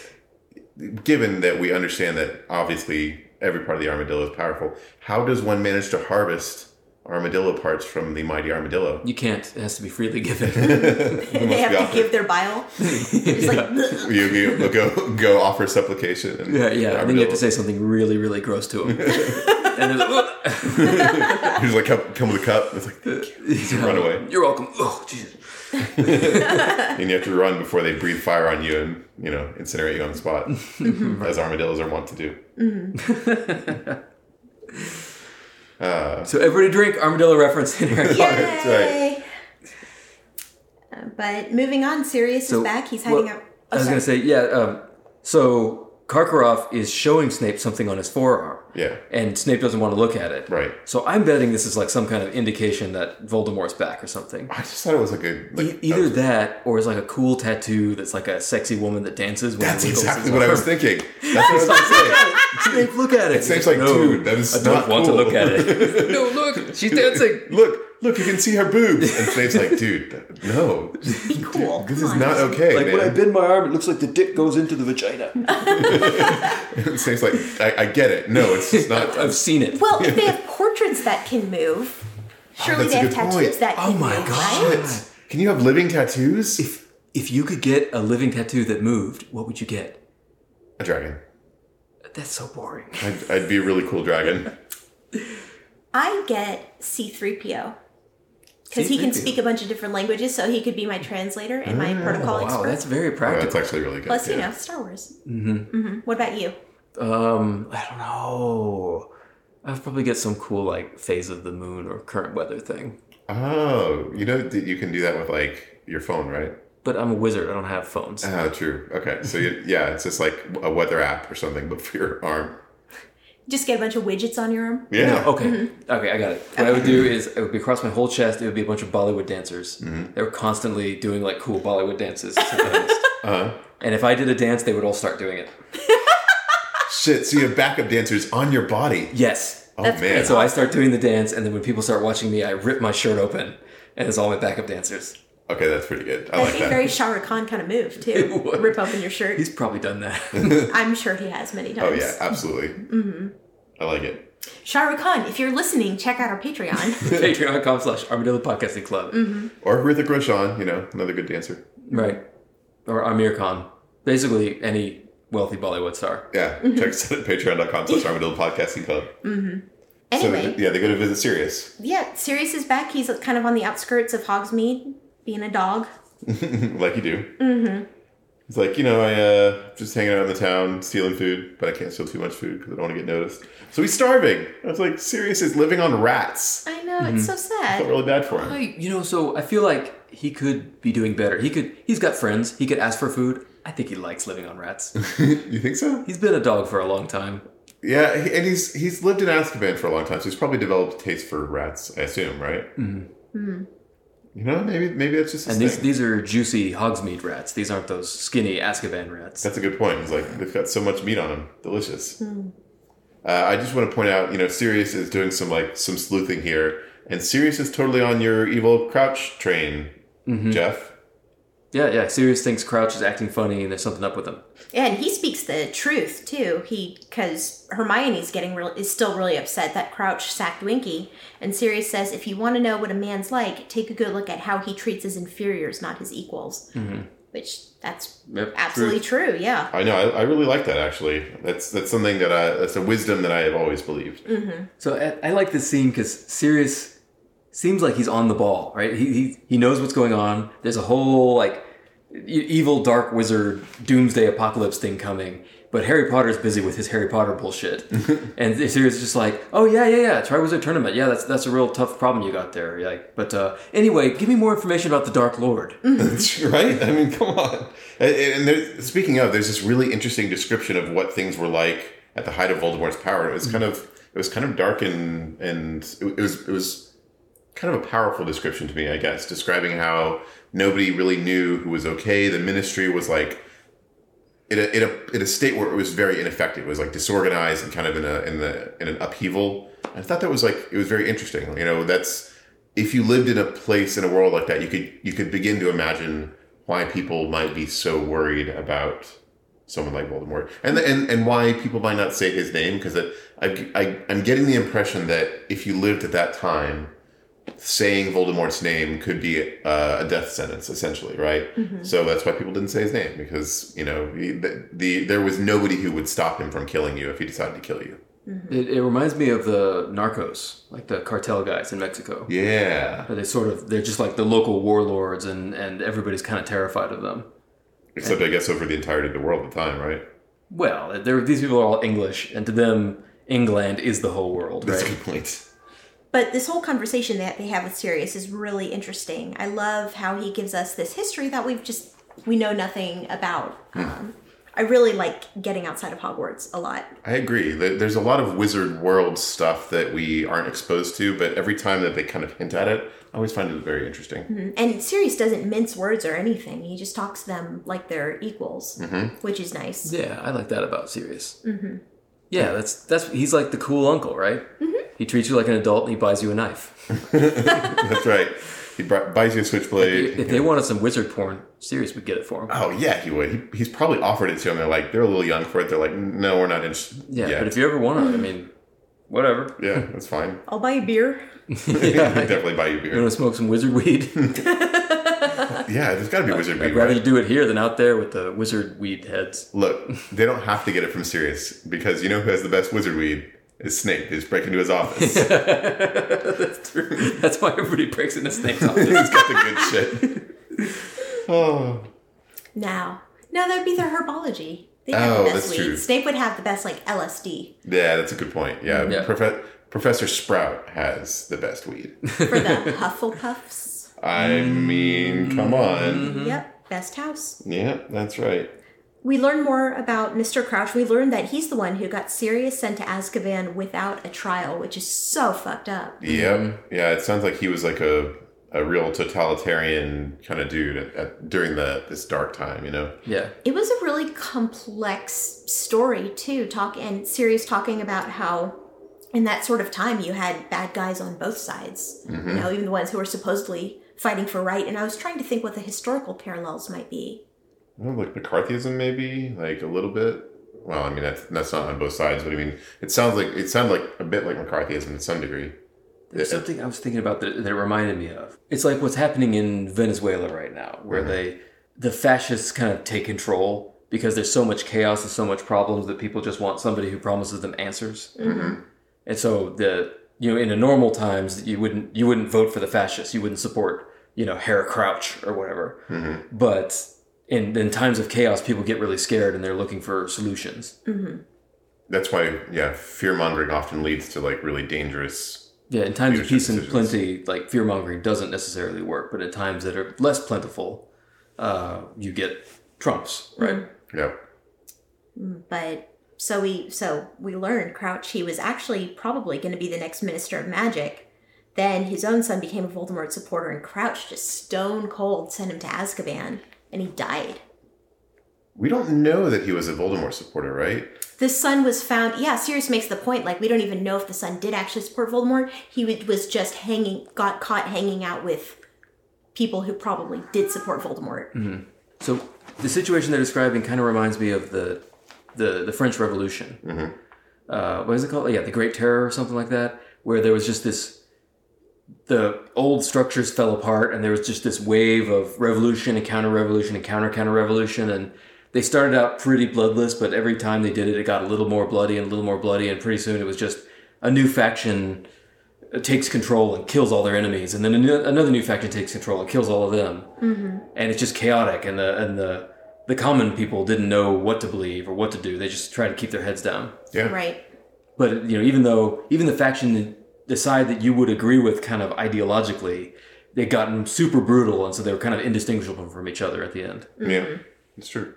given that we understand that obviously every part of the armadillo is powerful, how does one manage to harvest armadillo parts from the mighty
*laughs*
armadillo? *laughs*
You can't. It has to be freely given.
they
be
have to
awful.
give their bile. It's
*laughs*
like "Bleh."
You, you will go go offer supplication. And
*laughs* Yeah, yeah.
the
I think you have
armadillo-
to
*laughs*
say something really, really gross to him. and they're like, "Ugh."
*laughs* He's like, come, come with a cup. It's like,
He's
a runaway.
*laughs* You're welcome. Oh, Jesus.
and you have to run before they breathe fire on you and you know incinerate you on the
*laughs*
spot,
Mm-hmm.
as armadillos are wont to do.
*laughs*
Uh,
So everybody drink armadillo reference *laughs* in Harry Potter.
That's
Yay!
right.
Uh, But moving on, Sirius
So,
is back. He's hiding
well,
out. Oh,
I was
sorry.
gonna say, yeah. Um, so Karkaroff is showing Snape something on his forearm.
Yeah.
And Snape doesn't want to look at it.
Right.
So I'm betting this is like some kind of indication that Voldemort's back or something.
I just thought it was like a
E-
like,
Either that or it's like a cool tattoo that's like a sexy woman that dances. When
That's
she wiggles
exactly
his
what I was
arm.
thinking. That's what I was gonna
Snape, look at it.
Snape's like, dude, that is
I don't
not
want
cool."
to look at
*laughs*
it. no, look, she's dancing. *laughs*
say. Look, look, you can see her boobs. And Snape's like, dude, that- no,
Be cool.
this
Come
is
on.
not okay,
Like when I
man.
bend my arm, it looks like the dick goes into the vagina.
Snape's like, I, I get it. No, it's just not.
*laughs* I've seen it.
Well, if
*laughs*
they have portraits that can move, surely
that's
they
a
have
good point.
tattoos that
Oh
can
my
move,
God.
right?
Shit. Can you have living tattoos?
if if you could get a living tattoo that moved, what would you get?
A dragon.
That's so boring.
I'd, I'd be a really cool dragon.
I get C3PO. Because he can
C-3PO.
speak a bunch of different languages, so he could be my translator and my protocol
Wow,
expert.
that's very
Oh, that's
practical.
actually really good.
Plus, you
yeah.
know, Star Wars. Mm-hmm. What about you?
Um, I don't know. I'd probably get some cool like phase of the moon or current weather thing.
Oh, you know that you can do that with like your phone, right?
But I'm a wizard. I don't have phones.
Oh, true. Okay, *laughs* so you, yeah, it's just like a weather app or something, but for your arm.
Just get a bunch of widgets on your arm?
Yeah.
Okay. Okay, I got it. What I would do is it would be across my whole chest. It would be a bunch of Bollywood dancers. They were constantly doing like cool Bollywood dances. sometimes.
Uh-huh.
and if I did a dance, they would all start doing it.
Oh, Shit. So you have backup dancers on your body.
Yes.
Oh
That's
man.
And so I start doing the dance, and then when people start watching me, I rip my shirt open, and it's all my backup dancers.
Okay, that's pretty good. I
That'd
like
be a
that.
very Shah Rukh Khan kind of move,
*laughs*
It
too.
would.
Rip open your shirt.
He's probably done that.
*laughs* I'm sure he has many times.
oh yeah, absolutely.
Mm-hmm.
I like it.
Shah Rukh Khan, if you're listening, check out our
*laughs*
Patreon.
Patreon.com slash Armadillo Podcasting Club.
Or Ritha Roshan, you know, another good dancer.
Right. Or Amir Khan. Basically, any wealthy Bollywood star.
Yeah.
Mm-hmm.
Check us out at patreon.com slash armadillo podcasting club. So
*laughs* anyway,
yeah, they go to visit Sirius.
yeah, Sirius is back. He's kind of on the outskirts of Hogsmeade, being a dog.
*laughs* like you do. Mm-hmm. He's like, you know, I uh, just hanging out in the town, stealing food, but I can't steal too much food because I don't want to get noticed. So he's starving. I was like, Sirius is living on rats.
I know, it's so
I felt
sad.
really bad for him. *laughs*
I, you know, so I feel like he could be doing better. He could, he's got friends. He could ask for food. I think he likes living on rats.
you think so?
he's been a dog for a long time.
Yeah, he- and he's he's lived in Azkaban for a long time, so he's probably developed a taste for rats. I assume, right? Mm-hmm. You know, maybe maybe that's just his
And these,
thing.
these are juicy Hogsmeade rats. These aren't those skinny Azkaban rats.
That's a good point. It's like they've got so much meat on them. Delicious. Uh, I just want to point out, you know, Sirius is doing some like some sleuthing here, and Sirius is totally on your evil crouch train, Jeff.
Yeah, yeah. Sirius thinks Crouch is acting funny and there's something up with him.
Yeah, and he speaks the truth too. He because Hermione's getting real is still really upset that Crouch sacked Winky, and Sirius says, "If you want to know what a man's like, take a good look at how he treats his inferiors, not his equals."
Mm-hmm.
Which that's
Yep,
absolutely true. Yeah,
I know. I, I really like that actually. That's that's something that I that's a wisdom that I have always believed.
So I, I like this scene because Sirius seems like he's on the ball, right? He, he he knows what's going on. There's a whole like e- evil dark wizard doomsday apocalypse thing coming, but Harry Potter's busy with his Harry Potter bullshit, and Sirius is just like, oh yeah yeah yeah, try wizard tournament, yeah that's that's a real tough problem you got there, like but uh, anyway, give me more information about the Dark Lord.
Mm. *laughs* right? I mean, come on. And, and there, speaking of, there's this really interesting description of what things were like at the height of Voldemort's power. It was kind of it was kind of dark and and it, it was it was kind of a powerful description to me, I guess, describing how nobody really knew who was okay. The ministry was like in a, in a in a state where it was very ineffective. It was like disorganized and kind of in a in the in an upheaval. I thought that was like it was very interesting. You know, that's if you lived in a place in a world like that, you could you could begin to imagine why people might be so worried about someone like Voldemort, and and and why people might not say his name because I, I I'm getting the impression that if you lived at that time, saying Voldemort's name could be uh, a death sentence, essentially, right? So that's why people didn't say his name because you know he- the, the there was nobody who would stop him from killing you if he decided to kill you.
It, it reminds me of the Narcos, like the cartel guys in Mexico.
Yeah,
They sort of they're just like the local warlords, and and everybody's kind of terrified of them.
except I guess over the entirety of the world at the time, right?
Well, they're, these people are all English, and to them, England is the whole world,
That's a
right?
good point.
But this whole conversation that they have with Sirius is really interesting.
Hmm.
I love how he gives us this history that we've just we know nothing about. Um, I really like getting outside of Hogwarts a lot.
I agree. There- There's a lot of wizard world stuff that we aren't exposed to, but every time that they kind of hint at it, I always find it very interesting.
And Sirius doesn't mince words or anything. He just talks to them like they're equals,
Mm-hmm.
which is nice.
Yeah, I like that about Sirius. Mm-hmm. Yeah, that's that's he's like the cool uncle, right? Mm-hmm. He treats you like an adult and he buys you a knife.
*laughs* That's right. He bri- buys you a switchblade.
if they wanted some wizard porn, Sirius would get it for him.
Oh yeah, he would. He, he's probably offered it to him. They're like, they're a little young for it. They're like, no, we're not interested.
yeah, but if you ever want it, I mean, whatever.
yeah, that's fine. *laughs*
I'll buy a beer.
He'd
*laughs* yeah,
definitely buy you
you
beer.
want to smoke some wizard weed?
Yeah, there's got to be wizard beer.
I'd rather
Right?
you do it here than out there with the wizard weed
*laughs*
heads. *laughs*
Look, they don't have to get it from Sirius because you know who has the best wizard weed is Snape. They just break into
*laughs*
his office. *laughs* He's
That's true. That's why everybody breaks into snakes office.
got the good shit. Oh,
*laughs*
Now, no, that'd be their herbology. They
Oh,
have the
that's
best
true.
weed. Snape would have the best like LSD
yeah, that's a good point. Yeah,
Yeah.
Profe- Professor Sprout has the
*laughs*
best weed.
for the
*laughs*
Hufflepuffs.
I mean, come
Mm.
on.
Yep, best house.
Yeah, that's right.
We learn more about Mr. Crouch. We learn that he's the one who got Sirius sent to Azkaban without a trial, which is so fucked up.
Yep. Yeah, it sounds like he was like a, a real totalitarian kind of dude at, at, during the this dark time, you know?
yeah.
It was a really complex story too. Talk and Sirius talking about how in that sort of time you had bad guys on both sides. You know, even the ones who were supposedly fighting for right. And I was trying to think what the historical parallels might be.
I don't know, Like McCarthyism, maybe like a little bit. Well, I mean that's that's not on both sides, but I mean it sounds like it sounded like a bit like McCarthyism to some degree.
There's something I was thinking about that, that it reminded me of. It's like what's happening in Venezuela right now, where they the fascists kind of take control because there's so much chaos and so much problems that people just want somebody who promises them answers.
Mm-hmm.
Mm-hmm.
And so the you know in a normal times you wouldn't you wouldn't vote for the fascists, you wouldn't support you know Herr Crouch or whatever.
Mm-hmm.
But in, in times of chaos, people get really scared and they're looking for solutions.
That's why yeah, fear mongering often leads to like really dangerous.
Yeah, in times of
Leadership
peace and
decisions.
plenty, like fear mongering doesn't necessarily work, but at times that are less plentiful, uh, you get trumps, right?
Yeah,
But so we so we learned Crouch he was actually probably going to be the next Minister of Magic. Then his own son became a Voldemort supporter, and Crouch just stone cold sent him to Azkaban, and he died.
we don't know that he was a Voldemort supporter, right?
The son was found. Yeah, Sirius makes the point. Like we don't even know if the son did actually support Voldemort. He would, was just hanging, got caught hanging out with people who probably did support Voldemort.
So the situation they're describing kind of reminds me of the the, the French Revolution. Uh, what is it called? Yeah, the Great Terror or something like that, where there was just this. The old structures fell apart, and there was just this wave of revolution and counter revolution and counter counter revolution, and they started out pretty bloodless, but every time they did it, it got a little more bloody and a little more bloody, and pretty soon it was just a new faction uh, takes control and kills all their enemies, and then a new- another new faction takes control and kills all of them and it's just chaotic and the and the the common people didn't know what to believe or what to do they just tried to keep their heads down
Yeah,
Right.
but you know even though even the faction that- the side that you would agree with kind of ideologically they gotten super brutal and so they were kind of indistinguishable from each other at the end
Yeah, it's true.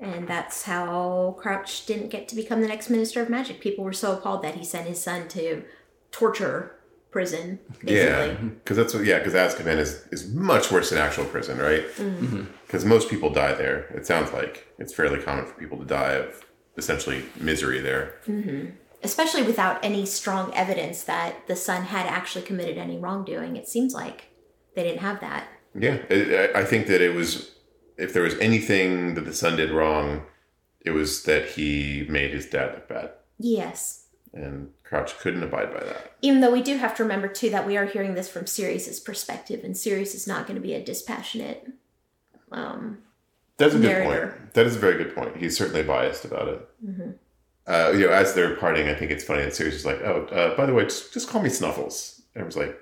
And that's how Crouch didn't get to become the next Minister of Magic. People were so appalled that he sent his son to torture prison,
Yeah,
basically.
because that's what. Yeah, because Azkaban is is much worse than actual prison, right? Because most people die there. It sounds like it's fairly common for people to die of essentially misery there.
Especially without any strong evidence that the son had actually committed any wrongdoing. It seems like they didn't have that.
Yeah, I- I I think that it was if there was anything that the son did wrong, it was that he made his dad look bad,
Yes.
and Crouch couldn't abide by that.
even though we do have to remember too that we are hearing this from Sirius's perspective, and Sirius is not going to be a dispassionate. Um,
That's a good
Narrator.
point. That is a very good point. He's certainly biased about it. Uh, you know, as they're parting, I think it's funny that Sirius is like, "Oh, uh, by the way, just, just call me Snuffles." And I was like,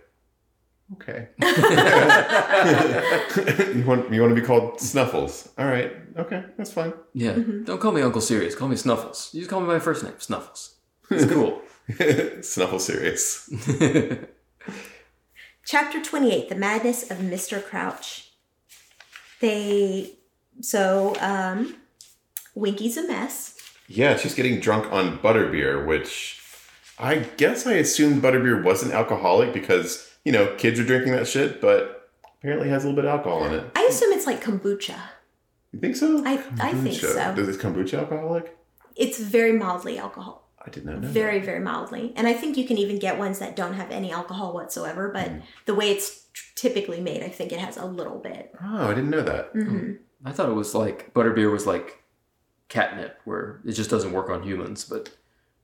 "Okay, *laughs* you want you want to be called Snuffles? All right, okay, that's fine." *laughs*
yeah don't call me uncle serious call me snuffles you just call me my first name snuffles it's cool
Snuffle Sirius.
chapter twenty-eight: The Madness of Mister Crouch. They so um, Winky's a mess.
Yeah, she's getting drunk on butterbeer, which I guess I assumed butterbeer wasn't alcoholic because, you know, kids are drinking that shit, but apparently has a little bit of alcohol in it.
I assume it's like kombucha.
You think so?
I- I think
Kombucha.
so.
Is kombucha alcoholic?
It's very mildly alcohol.
I did not know.
Very, very mildly. And I think you can even get ones that don't have any alcohol whatsoever, but
Mm.
the way it's t- typically made, I think it has a little bit.
that. Oh, I didn't know that.
hmm
*laughs* I thought it was like butterbeer was like catnip, where it just doesn't work on humans, but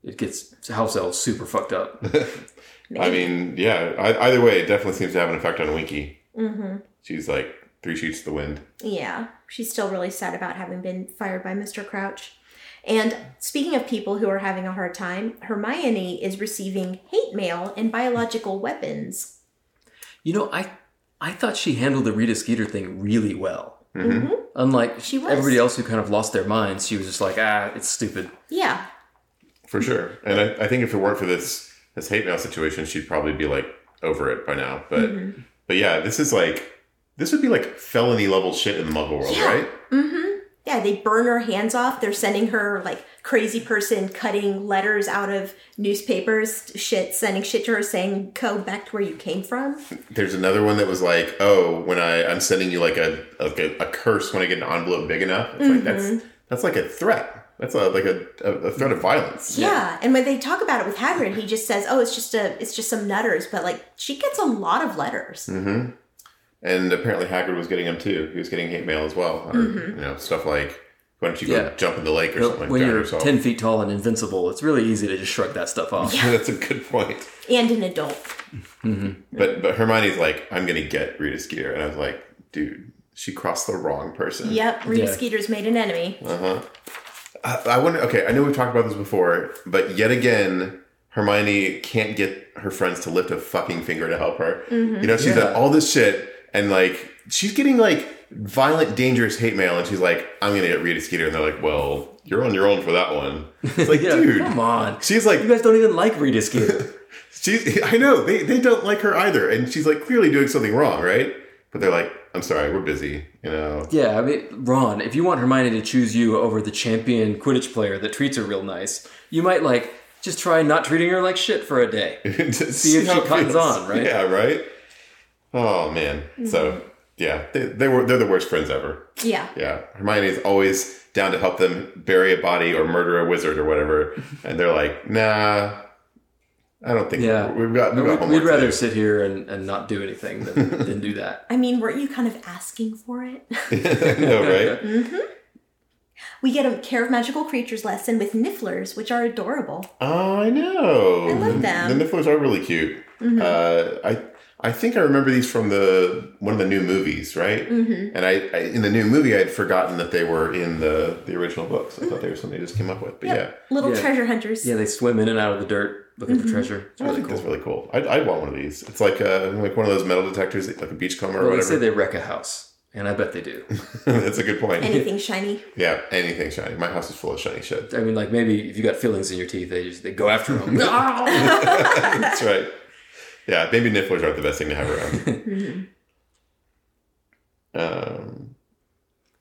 it gets house elves super fucked up.
*laughs*
I mean, yeah, I, either way, it definitely seems to have an effect on Winky.
hmm
She's like three sheets to the wind.
Yeah, she's still really sad about having been fired by Mr. Crouch. And speaking of people who are having a hard time, Hermione is receiving hate mail and biological weapons.
You know, I I thought she handled the Rita Skeeter thing really well.
Mhm.
Mhm.
Unlike
She was.
everybody else who kind of lost their minds, she was just like, ah, it's stupid.
Yeah,
For sure. And I, I think if it weren't for this this hate mail situation, she'd probably be like over it by now.
Mm-hmm.
But but yeah, this is like this would be like felony level shit in the muggle world,
Yeah.
right?
Mm-hmm. Yeah, they burn her hands off. They're sending her like crazy person cutting letters out of newspapers, shit, sending shit to her saying, go back to where you came from.
There's another one that was like, oh, when I I'm sending you like a like a, a curse when I get an envelope big enough. It's like that's that's like a threat. That's a, like a, a, a threat of violence.
Yeah. And when they talk about it with Hagrid, he just says, Oh, it's just a it's just some nutters, but like she gets a lot of letters.
hmm And apparently Hagrid was getting them too. He was getting hate mail as well, or you know stuff like, "Why don't you go
Yeah.
jump in the lake or
But
something like
when
that?"
you're
or something.
ten feet tall and invincible, it's really easy to just shrug that stuff off.
*laughs* That's a good point.
And an adult.
But but Hermione's like, "I'm gonna get Rita Skeeter," and I was like, "Dude, she crossed the wrong person."
Yep, Rita
Yeah.
Skeeter's made an enemy.
Uh-huh. I, I wonder. Okay, I know we've talked about this before, but yet again, Hermione can't get her friends to lift a fucking finger to help her. You know, she's
Mm-hmm. Yeah.
done all this shit, and like she's getting like violent, dangerous hate mail, and she's like, "I'm gonna get Rita Skeeter," and they're like, "Well, you're on your own for that one." It's like,
*laughs* Yeah,
dude,
come on.
she's like,
You guys don't even like Rita
*laughs*
Skeeter.
She's, I know they, they don't like her either, and she's like clearly doing something wrong, right? But they're like, "I'm sorry, we're busy," you know.
yeah, I mean, Ron, if you want Hermione to choose you over the champion Quidditch player that treats her real nice, you might like just try not treating her like shit for a day.
*laughs* See
if she cottons on, right?
Yeah, right. Oh man, so yeah, they, they were they're the worst friends ever.
Yeah.
Yeah, Hermione's always down to help them bury a body or murder a wizard or
*laughs*
whatever, and they're like, "Nah, I don't think
Yeah.
we've got we've
We'd,
got homework."
we'd
to *laughs*
rather
do.
sit here and, and not do anything than, than do
*laughs*
that.
I mean, weren't you kind of asking for it? *laughs*
I
*laughs*
know, Oh, right?
we get a care of magical creatures lesson with nifflers, which are adorable.
Oh, I know.
I love
The-
them.
The Nifflers are really cute. Uh, I I think I remember these from the one of the new movies, right? Mm-hmm. And I, I in the new movie I had forgotten that they were in the the original books. I thought they were something they just came up with. But yeah,
Little
Yeah.
treasure hunters.
Yeah, they swim in and out of the dirt looking for treasure. It's
I
really
think
cool.
that's really cool. I I want one of these. It's like a like one of those metal detectors, like a beachcomber or
Well, they say
Oh, whatever.
they wreck a house, and I bet they do.
that's a good
*laughs*
point.
Anything shiny.
*laughs* yeah, anything shiny. My house is full of shiny shit.
I mean, like maybe if you got fillings in your teeth, they just they go after them. Ah!
That's right. Yeah, maybe Nifflers aren't the best thing to have around. um,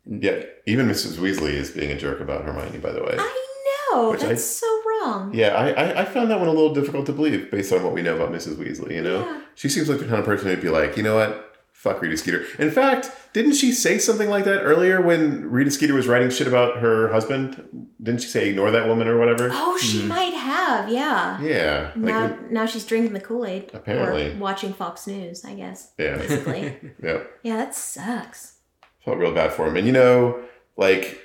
yeah, even Mrs. Weasley is being a jerk about Hermione, by the way.
I know.
Which I-
that's so wrong.
Yeah, I, I, I found that one a little difficult to believe based on what we know about Mrs. Weasley, you know?
Yeah.
She seems like the kind of person who'd be like, you know what? Fuck Rita Skeeter. In fact, didn't she say something like that earlier when Rita Skeeter was writing shit about her husband? Didn't she say ignore that woman or
*gasps*
whatever?
Oh, she might have. Yeah.
Mm. Yeah. Like,
now, now she's drinking the Kool Aid.
Apparently.
Or watching Fox News, I
*laughs*
guess.
yeah.
Basically.
yeah.
yeah, that sucks.
felt real bad for him. And you know, like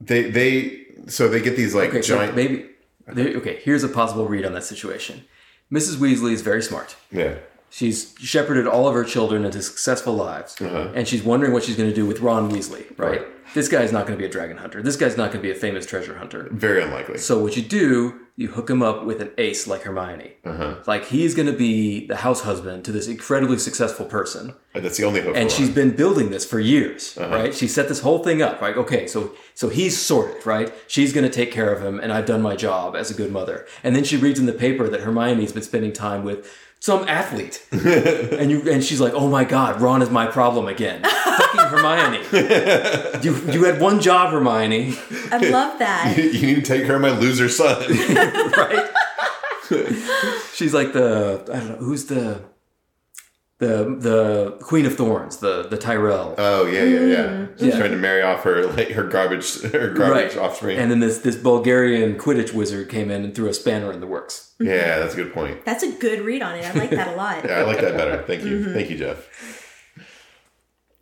they they so they get these like
okay, so
giant
maybe. There, okay, here's a possible read on that situation. Mrs. Weasley is very smart.
yeah
She's shepherded all of her children into successful lives,
uh-huh.
and she's wondering what she's going to do with Ron Weasley. Right?
Right.
This guy's not going to be a dragon hunter. This guy's not going to be a famous treasure hunter.
very unlikely.
So what you do, you hook him up with an ace like Hermione.
Uh-huh.
Like he's going to be the house husband to this incredibly successful person.
And that's the only hope.
and
for
she's
him.
been building this for years right she set this whole thing up right okay so so he's sorted right she's going to take care of him and i've done my job as a good mother and then she reads in the paper that hermione's been spending time with some athlete. and you and she's like, "Oh my god, Ron is my problem again." Fucking Hermione. You you had one job, Hermione,
I love
*laughs*
that.
you need to take care of my
*laughs*
loser son.
right? she's like the I don't know, who's the the the Queen of Thorns, the the Tyrell.
oh yeah, yeah, yeah. She's
Yeah.
trying to marry off her like her garbage her garbage offspring.
And then this this Bulgarian Quidditch wizard came in and threw a spanner in the works.
yeah, that's a good point.
That's a good read on it. I like that a lot.
*laughs* Yeah, I like that better. Thank you,
Mm-hmm.
thank you, Jeff.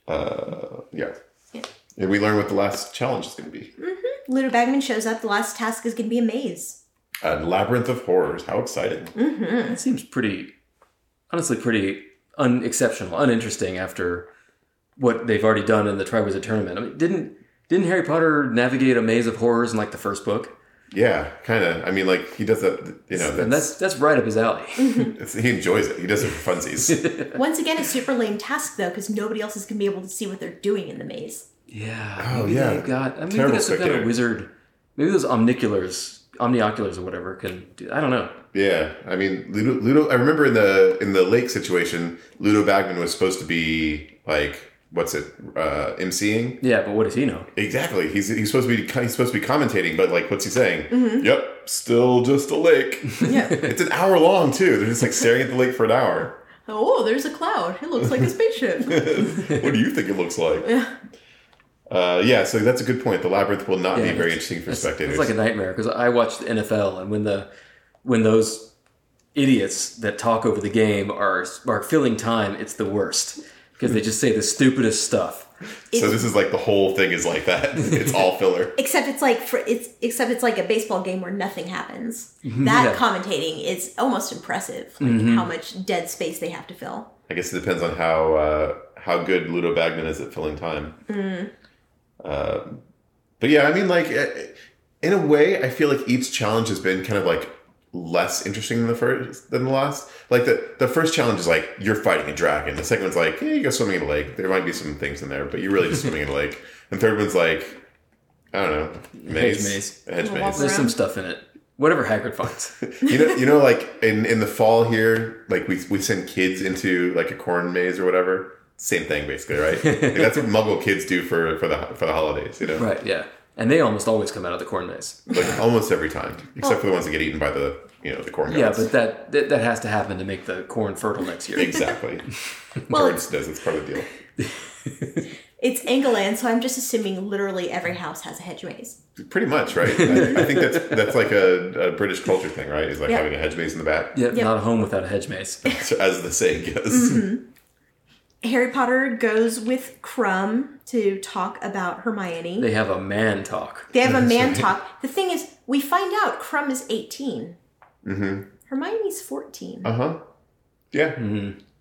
Uh, yeah.
Yeah.
And we learn what the last challenge is going to be.
Ludo Bagman shows up. The last task is going to be a maze.
A labyrinth of horrors. How exciting!
That seems pretty, honestly, pretty unexceptional, uninteresting after what they've already done in the Triwizard Tournament. I mean, didn't didn't Harry Potter navigate a maze of horrors in like the first book?
Yeah, kind of. I mean, like he does that. You know,
and
that's,
that's that's right up his alley.
it's, he enjoys it. He does it for funsies. *laughs*
Once again, a super lame task though, because nobody else is going to be able to see what they're doing in the maze.
yeah.
Oh,
maybe
yeah.
they've got. I mean, maybe
Terrible
that's got a
spectator.
wizard. Maybe those omniculars, omnioculars, or whatever can. do I don't know.
yeah, I mean, Ludo, Ludo. I remember in the in the lake situation, Ludo Bagman was supposed to be like what's it, uh, emceeing.
Yeah, but what does he know?
Exactly. He's he's supposed to be he's supposed to be commentating, but like, what's he saying?
Mm-hmm.
Yep, still just
*laughs*
a lake.
Yeah.
it's an hour long too. They're just like staring at the lake for an hour.
*laughs*
*laughs*
oh, there's a cloud. It looks like a
*laughs*
spaceship.
what do you think it looks like? Uh, yeah, so that's a good point. The labyrinth will not be
Yeah,
very
it's-
interesting for
it's-
spectators.
It's like a nightmare because I watch the NFL, and when the when those idiots that talk over the game are are filling time, it's the worst because they just say the stupidest stuff.
so this is like the whole thing is
*laughs*
like that. It's all filler.
except it's like for it's except it's like a baseball game where nothing happens. That
Mm-hmm. Yeah. Mm-hmm.
commentating is almost impressive. Like how much dead space they have to fill.
I guess it depends on how uh, how good Ludo Bagman is at filling time. Um, but yeah, I mean, like eh, eh, in a way, I feel like each challenge has been kind of like less interesting than the first than the last. Like the the first challenge is like you're fighting a dragon. The second one's like yeah, you go swimming in a lake. There might be some things in there, but you're really just *laughs* swimming in a lake. And third one's like I don't know, maze,
maze.
A hedge
Little walk
maze.
There's some stuff in it. Whatever Hagrid finds.
*laughs* you know, you know, like in in the fall here, like we we send kids into like a corn maze or whatever. Same thing,
*laughs*
basically, right? Like, that's what Muggle kids do for for the for the holidays, you know,
right. Yeah. And they almost always come out of the corn maze.
like almost every time, except for the ones that get eaten by the you know the corn
Yeah,
gods.
but that, that that has to happen to make the corn fertile next year. *laughs*
exactly.
Well,
Burns does. It's part of the deal.
It's England, so I'm just assuming literally every house has a hedge maze.
Pretty much, right? I, I think that's that's like a, a British culture thing, right? Is like
Yeah.
having a hedge maze in the back, *laughs*
Yep,
Yep.
Not a home without a hedge maze.
so as the saying goes.
Mm-hmm. Harry Potter goes with Crumb to talk about Hermione.
They have a man talk.
They have
*laughs*
a man talk. The thing is, we find out Crumb is 18. Mm-hmm. Hermione's 14.
Oh.
Uh huh. Yeah,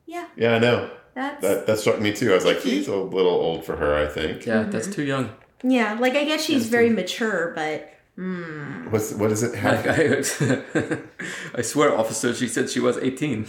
yeah,
yeah, I know.
that's.
That that struck me too. I was like, he's a little old for her, I think.
Yeah,
Mm-hmm.
that's too young. *laughs*
yeah, like I guess she's very mature, but.
What's what is it? Half,
I, I, I swear, officer, she said she was 18.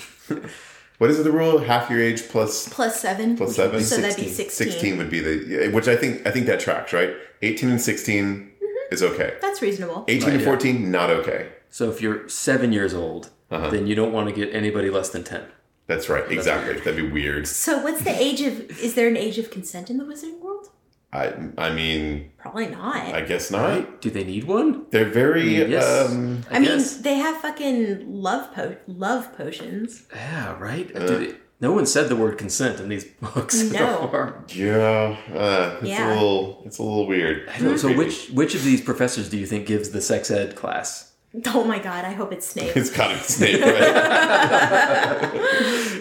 What is the rule? Half your age plus
Plus seven.
plus seven.
So that'd be 16.
16. would be the yeah, which I think I think that tracks right. Eighteen and 16 is okay.
That's reasonable.
Eighteen
Right,
and
yeah.
fourteen not okay.
So if you're seven years old,
Uh-huh.
then you don't want to get anybody less than 10.
That's right. exactly. That'd be weird.
So what's the age of. Is there an age of consent in the wizarding world?
I I mean
Probably not.
I
I,
guess not.
Right? Do they need one?
They're very
Yes.
um,
I,
mean,
guess.
they have fucking love po- love potions.
yeah, right?
uh,
Do they- no one said the word consent in these *laughs* books.
No.
So,
*laughs*
far.
yeah. Uh, it's
Yeah.
a little it's a little weird.
I don't- so which which of these professors do you think gives the sex ed class?
Oh my god, I hope it's Snape.
It's kind of snake. Right? *laughs*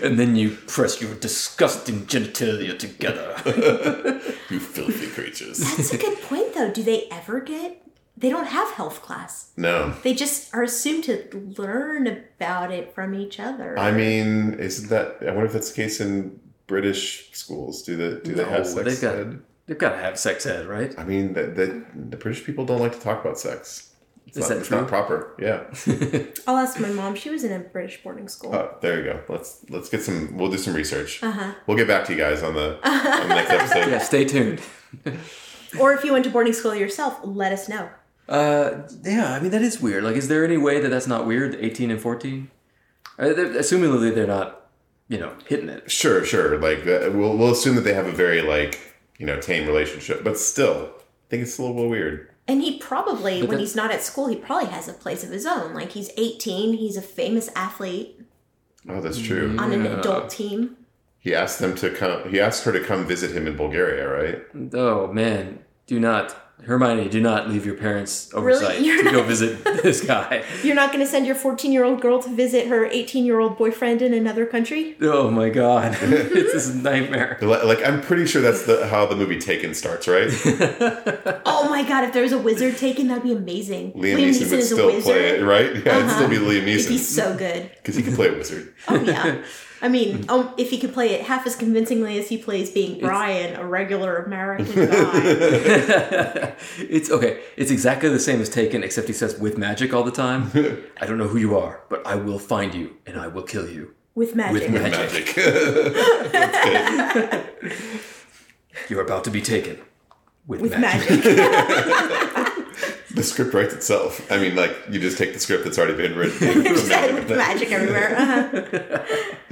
And then you press your disgusting genitalia together.
you filthy creatures.
That's a good point, though. Do they ever get? They don't have health class.
No.
They just are assumed to learn about it from each other.
I mean, isn't that? I wonder if that's the case in British schools. Do they do they
No,
have sex
Oh, they've got-
ed?
They've got to have sex ed, right?
I mean, the, the, the British people don't like to talk about sex. It's,
Is
not,
that
it's
true?
not proper.
*laughs*
Yeah.
I'll ask my mom. She was in a British boarding school.
Oh, there you go. Let's let's get some. We'll do some research.
Uh-huh.
We'll get back to you guys on
*laughs*
the, on the next episode.
Yeah, stay tuned.
Or if you went to boarding school yourself, let us know.
Uh, yeah, I mean, that is weird. Like, is there any way that that's not weird, 18 and 14? Uh, they're- assumingly, they're not, you know, hitting it.
Sure, sure. Like that, we'll we'll assume that they have a very like you know tame relationship, but still, I think it's a little weird.
And he probably,
But
when
that-
he's not at school, he probably has a place of his own. Like he's 18, he's a famous athlete
Oh,
Mm-hmm.
that's true.
on an
Yeah.
adult team.
He asked them to come. He asked her to come visit him in Bulgaria, right?
Oh man, do not Hermione, do not leave your parents
Really?
oversight
You're
to go
not-
visit this guy.
You're not going to send your 14 year old girl to visit her 18 year old boyfriend in another country?
Oh my god, it's this nightmare. *laughs*
They're Like, like, I'm pretty sure that's the how the movie Taken starts, right?
Oh my god, if there was a wizard taken, that'd be amazing.
Liam Neeson, would still play it, right? Yeah, it'd still be
Uh-huh.
Liam
He'd be
Neeson
so good.
because he can play a
*laughs*
wizard.
Oh yeah. I mean, um, if he could play it half as convincingly as he plays being Brian, a regular American guy.
it's okay. It's exactly the same as Taken, except he says with magic all the time. I don't know who you are, but I will find you and I will kill you.
With magic.
With
Magic. *laughs*
You're about to be taken with,
With
magic.
magic.
the script writes itself. I mean, like you just take the script that's already
*laughs*
been written.
There's that with magic everywhere. Uh-huh.
*laughs*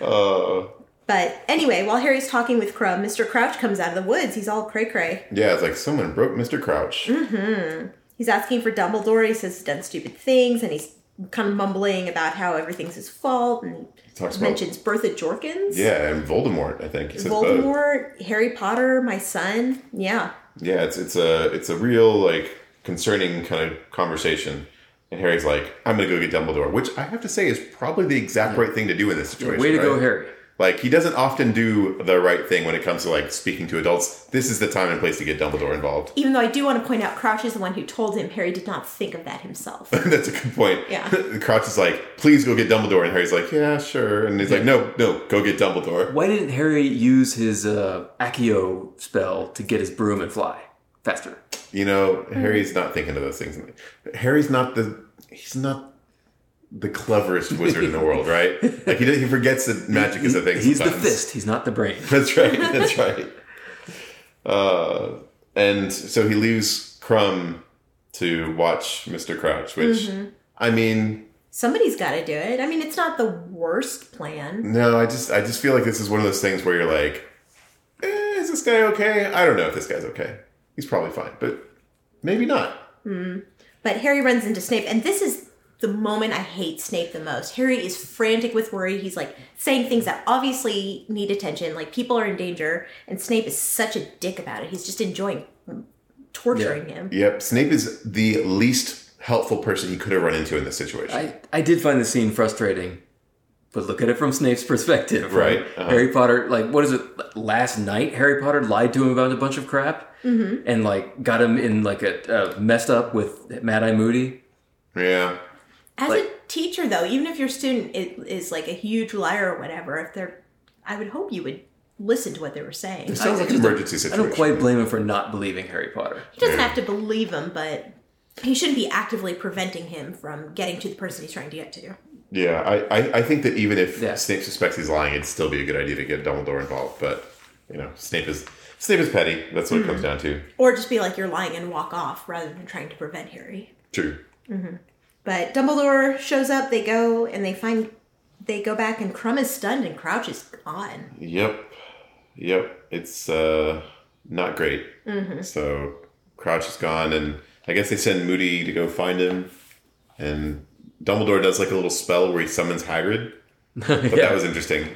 Uh,
But anyway, while Harry's talking with Crumb, Mr. Crouch comes out of the woods. He's all cray cray.
yeah, it's like someone broke Mr. Crouch.
Mm-hmm. He's asking for Dumbledore. He says he's done stupid things, and he's kind of mumbling about how everything's his fault, and
Talks
he
about
mentions Bertha Jorkins,
yeah, and Voldemort. I think he oh, says both.
Voldemort, Harry Potter, my son. Yeah,
yeah, it's it's a it's a real like concerning kind of conversation. And Harry's like, I'm gonna go get Dumbledore, which I have to say is probably the exact right thing to do in this situation.
Way to go,
right?
Harry.
Like he doesn't often do the right thing when it comes to like speaking to adults. This is the time and place to get Dumbledore involved.
even though I do want to point out Crouch is the one who told him Harry did not think of that himself.
*laughs* That's a good point.
Yeah.
*laughs* Crouch is like, please go get Dumbledore, and Harry's like, yeah, sure, and he's like, no, no, go get Dumbledore.
Why didn't Harry use his uh, Accio spell to get his broom and fly faster?
You know, Harry's not thinking of those things. Harry's not the he's not the cleverest wizard in the world, right? Like he he forgets that magic is a thing.
He's the
sometimes.
fist. He's not the brain.
*laughs* That's right. That's right. Uh, and so he leaves Crumb to watch Mr. Crouch, which I mean,
Somebody's got to do it. I mean, it's not the worst plan.
no, I just I just feel like this is one of those things where you're like, eh, is this guy okay? I don't know if this guy's okay. He's probably fine, but maybe not.
But Harry runs into Snape, and this is the moment I hate Snape the most. Harry is frantic with worry. He's like saying things that obviously need attention, like people are in danger, and Snape is such a dick about it. He's just enjoying torturing him.
Yep, Snape is the least helpful person he could have run into in this situation.
I, I did find the scene frustrating, but look at it from Snape's perspective, right?
Right, uh-huh.
Harry Potter, like, what is it? Last night, Harry Potter lied to him about a bunch of crap and, like, got him in, like, a, a messed up with Mad Eye Moody.
yeah.
As a
Like-
teacher, though, even if your student i- is like a huge liar or whatever, if they're, I would hope you would listen to what they were saying.
It
He
sounds like an
just don't-
emergency
I
situation.
don't quite blame him for not believing Harry Potter.
doesn't have to believe him, but he shouldn't be actively preventing him from getting to the person he's trying to get to.
Yeah, I, I, I think that even if
Yeah.
Snape suspects he's lying, it'd still be a good idea to get Dumbledore involved. But you know, Snape is Snape is petty. That's what it
Mm-hmm.
comes down to.
Or just be like, you're lying and walk off rather than trying to prevent Harry.
True.
But Dumbledore shows up, they go and they find they go back and Crumb is stunned and Crouch is gone.
Yep. Yep. It's uh, not great. So Crouch is gone, and I guess they send Moody to go find him. And Dumbledore does like a little spell where he summons Hagrid.
*laughs*
But
Yeah.
that was interesting.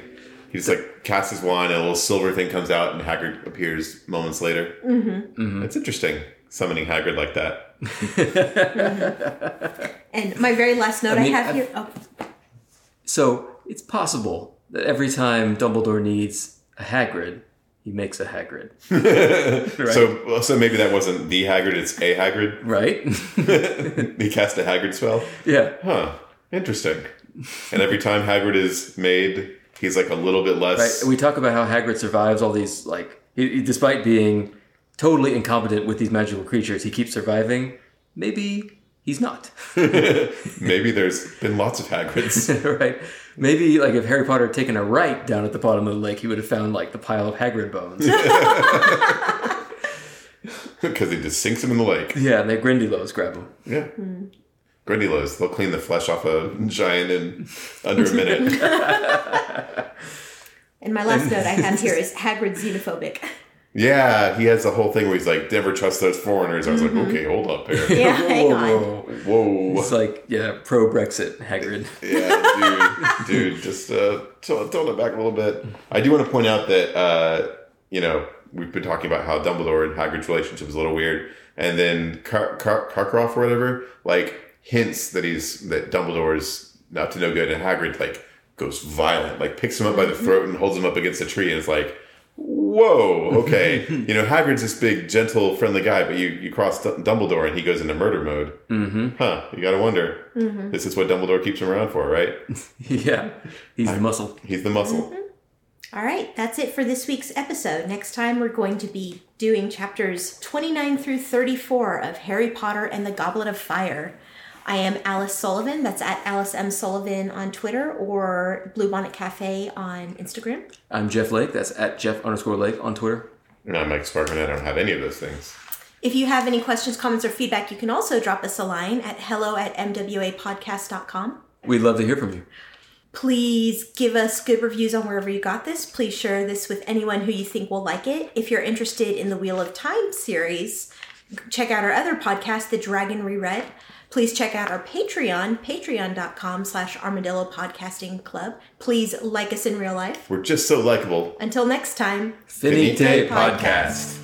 He just like casts his wand, and a little silver thing comes out, and Hagrid appears moments later. Mm-hmm. It's interesting summoning Hagrid like that.
And my very last note I,
I mean,
have
I-
here oh,
So it's possible that every time Dumbledore needs a Hagrid, he makes a Hagrid,
So, so maybe that wasn't the Hagrid; it's a Hagrid. *laughs*
right? *laughs*
He cast a Hagrid spell.
yeah.
Huh. Interesting. And every time Hagrid is made, he's like a little bit less.
Right. We talk about how Hagrid survives all these, like, he, he- despite being totally incompetent with these magical creatures, he keeps surviving. Maybe he's not, *laughs*
*laughs* Maybe there's been lots of Hagrids. *laughs*
right? Maybe, like, if Harry Potter had taken a right down at the bottom of the lake, he would have found, like, the pile of Hagrid bones.
because he just sinks him in the lake.
yeah, and the Grindylows grab him.
Yeah. Grandulos, they'll clean the flesh off a giant in under a minute.
And my last note I have here is Hagrid xenophobic.
yeah, he has a whole thing where he's like, never trust those foreigners. I was like, okay, hold up here.
*laughs*
*laughs*
Yeah, hang on.
Whoa.
It's like, yeah, pro Brexit Hagrid.
yeah, dude, dude, just uh, tone, tone it back a little bit. I do want to point out that uh, you know we've been talking about how Dumbledore and Hagrid's relationship is a little weird, and then Car- Car- Karkaroff or whatever like hints that he's that Dumbledore's up to no good, and Hagrid like goes violent, like picks him up by the throat and holds him up against a tree, and is like. Whoa, okay. you know, Hagrid's this big, gentle, friendly guy, but you, you cross D- Dumbledore and he goes into murder mode.
Mm-hmm.
Huh, you gotta wonder. This is what Dumbledore keeps him around for, right?
*laughs* Yeah, he's the muscle.
He's the muscle.
All right, that's it for this week's episode. Next time, we're going to be doing chapters 29 through 34 of Harry Potter and the Goblet of Fire. I am Alice Sullivan. That's at Alice M. Sullivan on Twitter or Bluebonnet Cafe on Instagram.
I'm Jeff Lake. That's at Jeff underscore Lake on Twitter.
And I'm Mike Sparkman. I don't have any of those things.
If you have any questions, comments, or feedback, you can also drop us a line at hello at mwapodcast.com.
We'd love to hear from you.
Please give us good reviews on wherever you got this. Please share this with anyone who you think will like it. If you're interested in the Wheel of Time series, check out our other podcast, The Dragon Reread. Please check out our Patreon, patreon.com slash armadillo podcasting club. Please like us in real life.
We're just so likable.
Until next time.
Finite
Podcast.
podcast.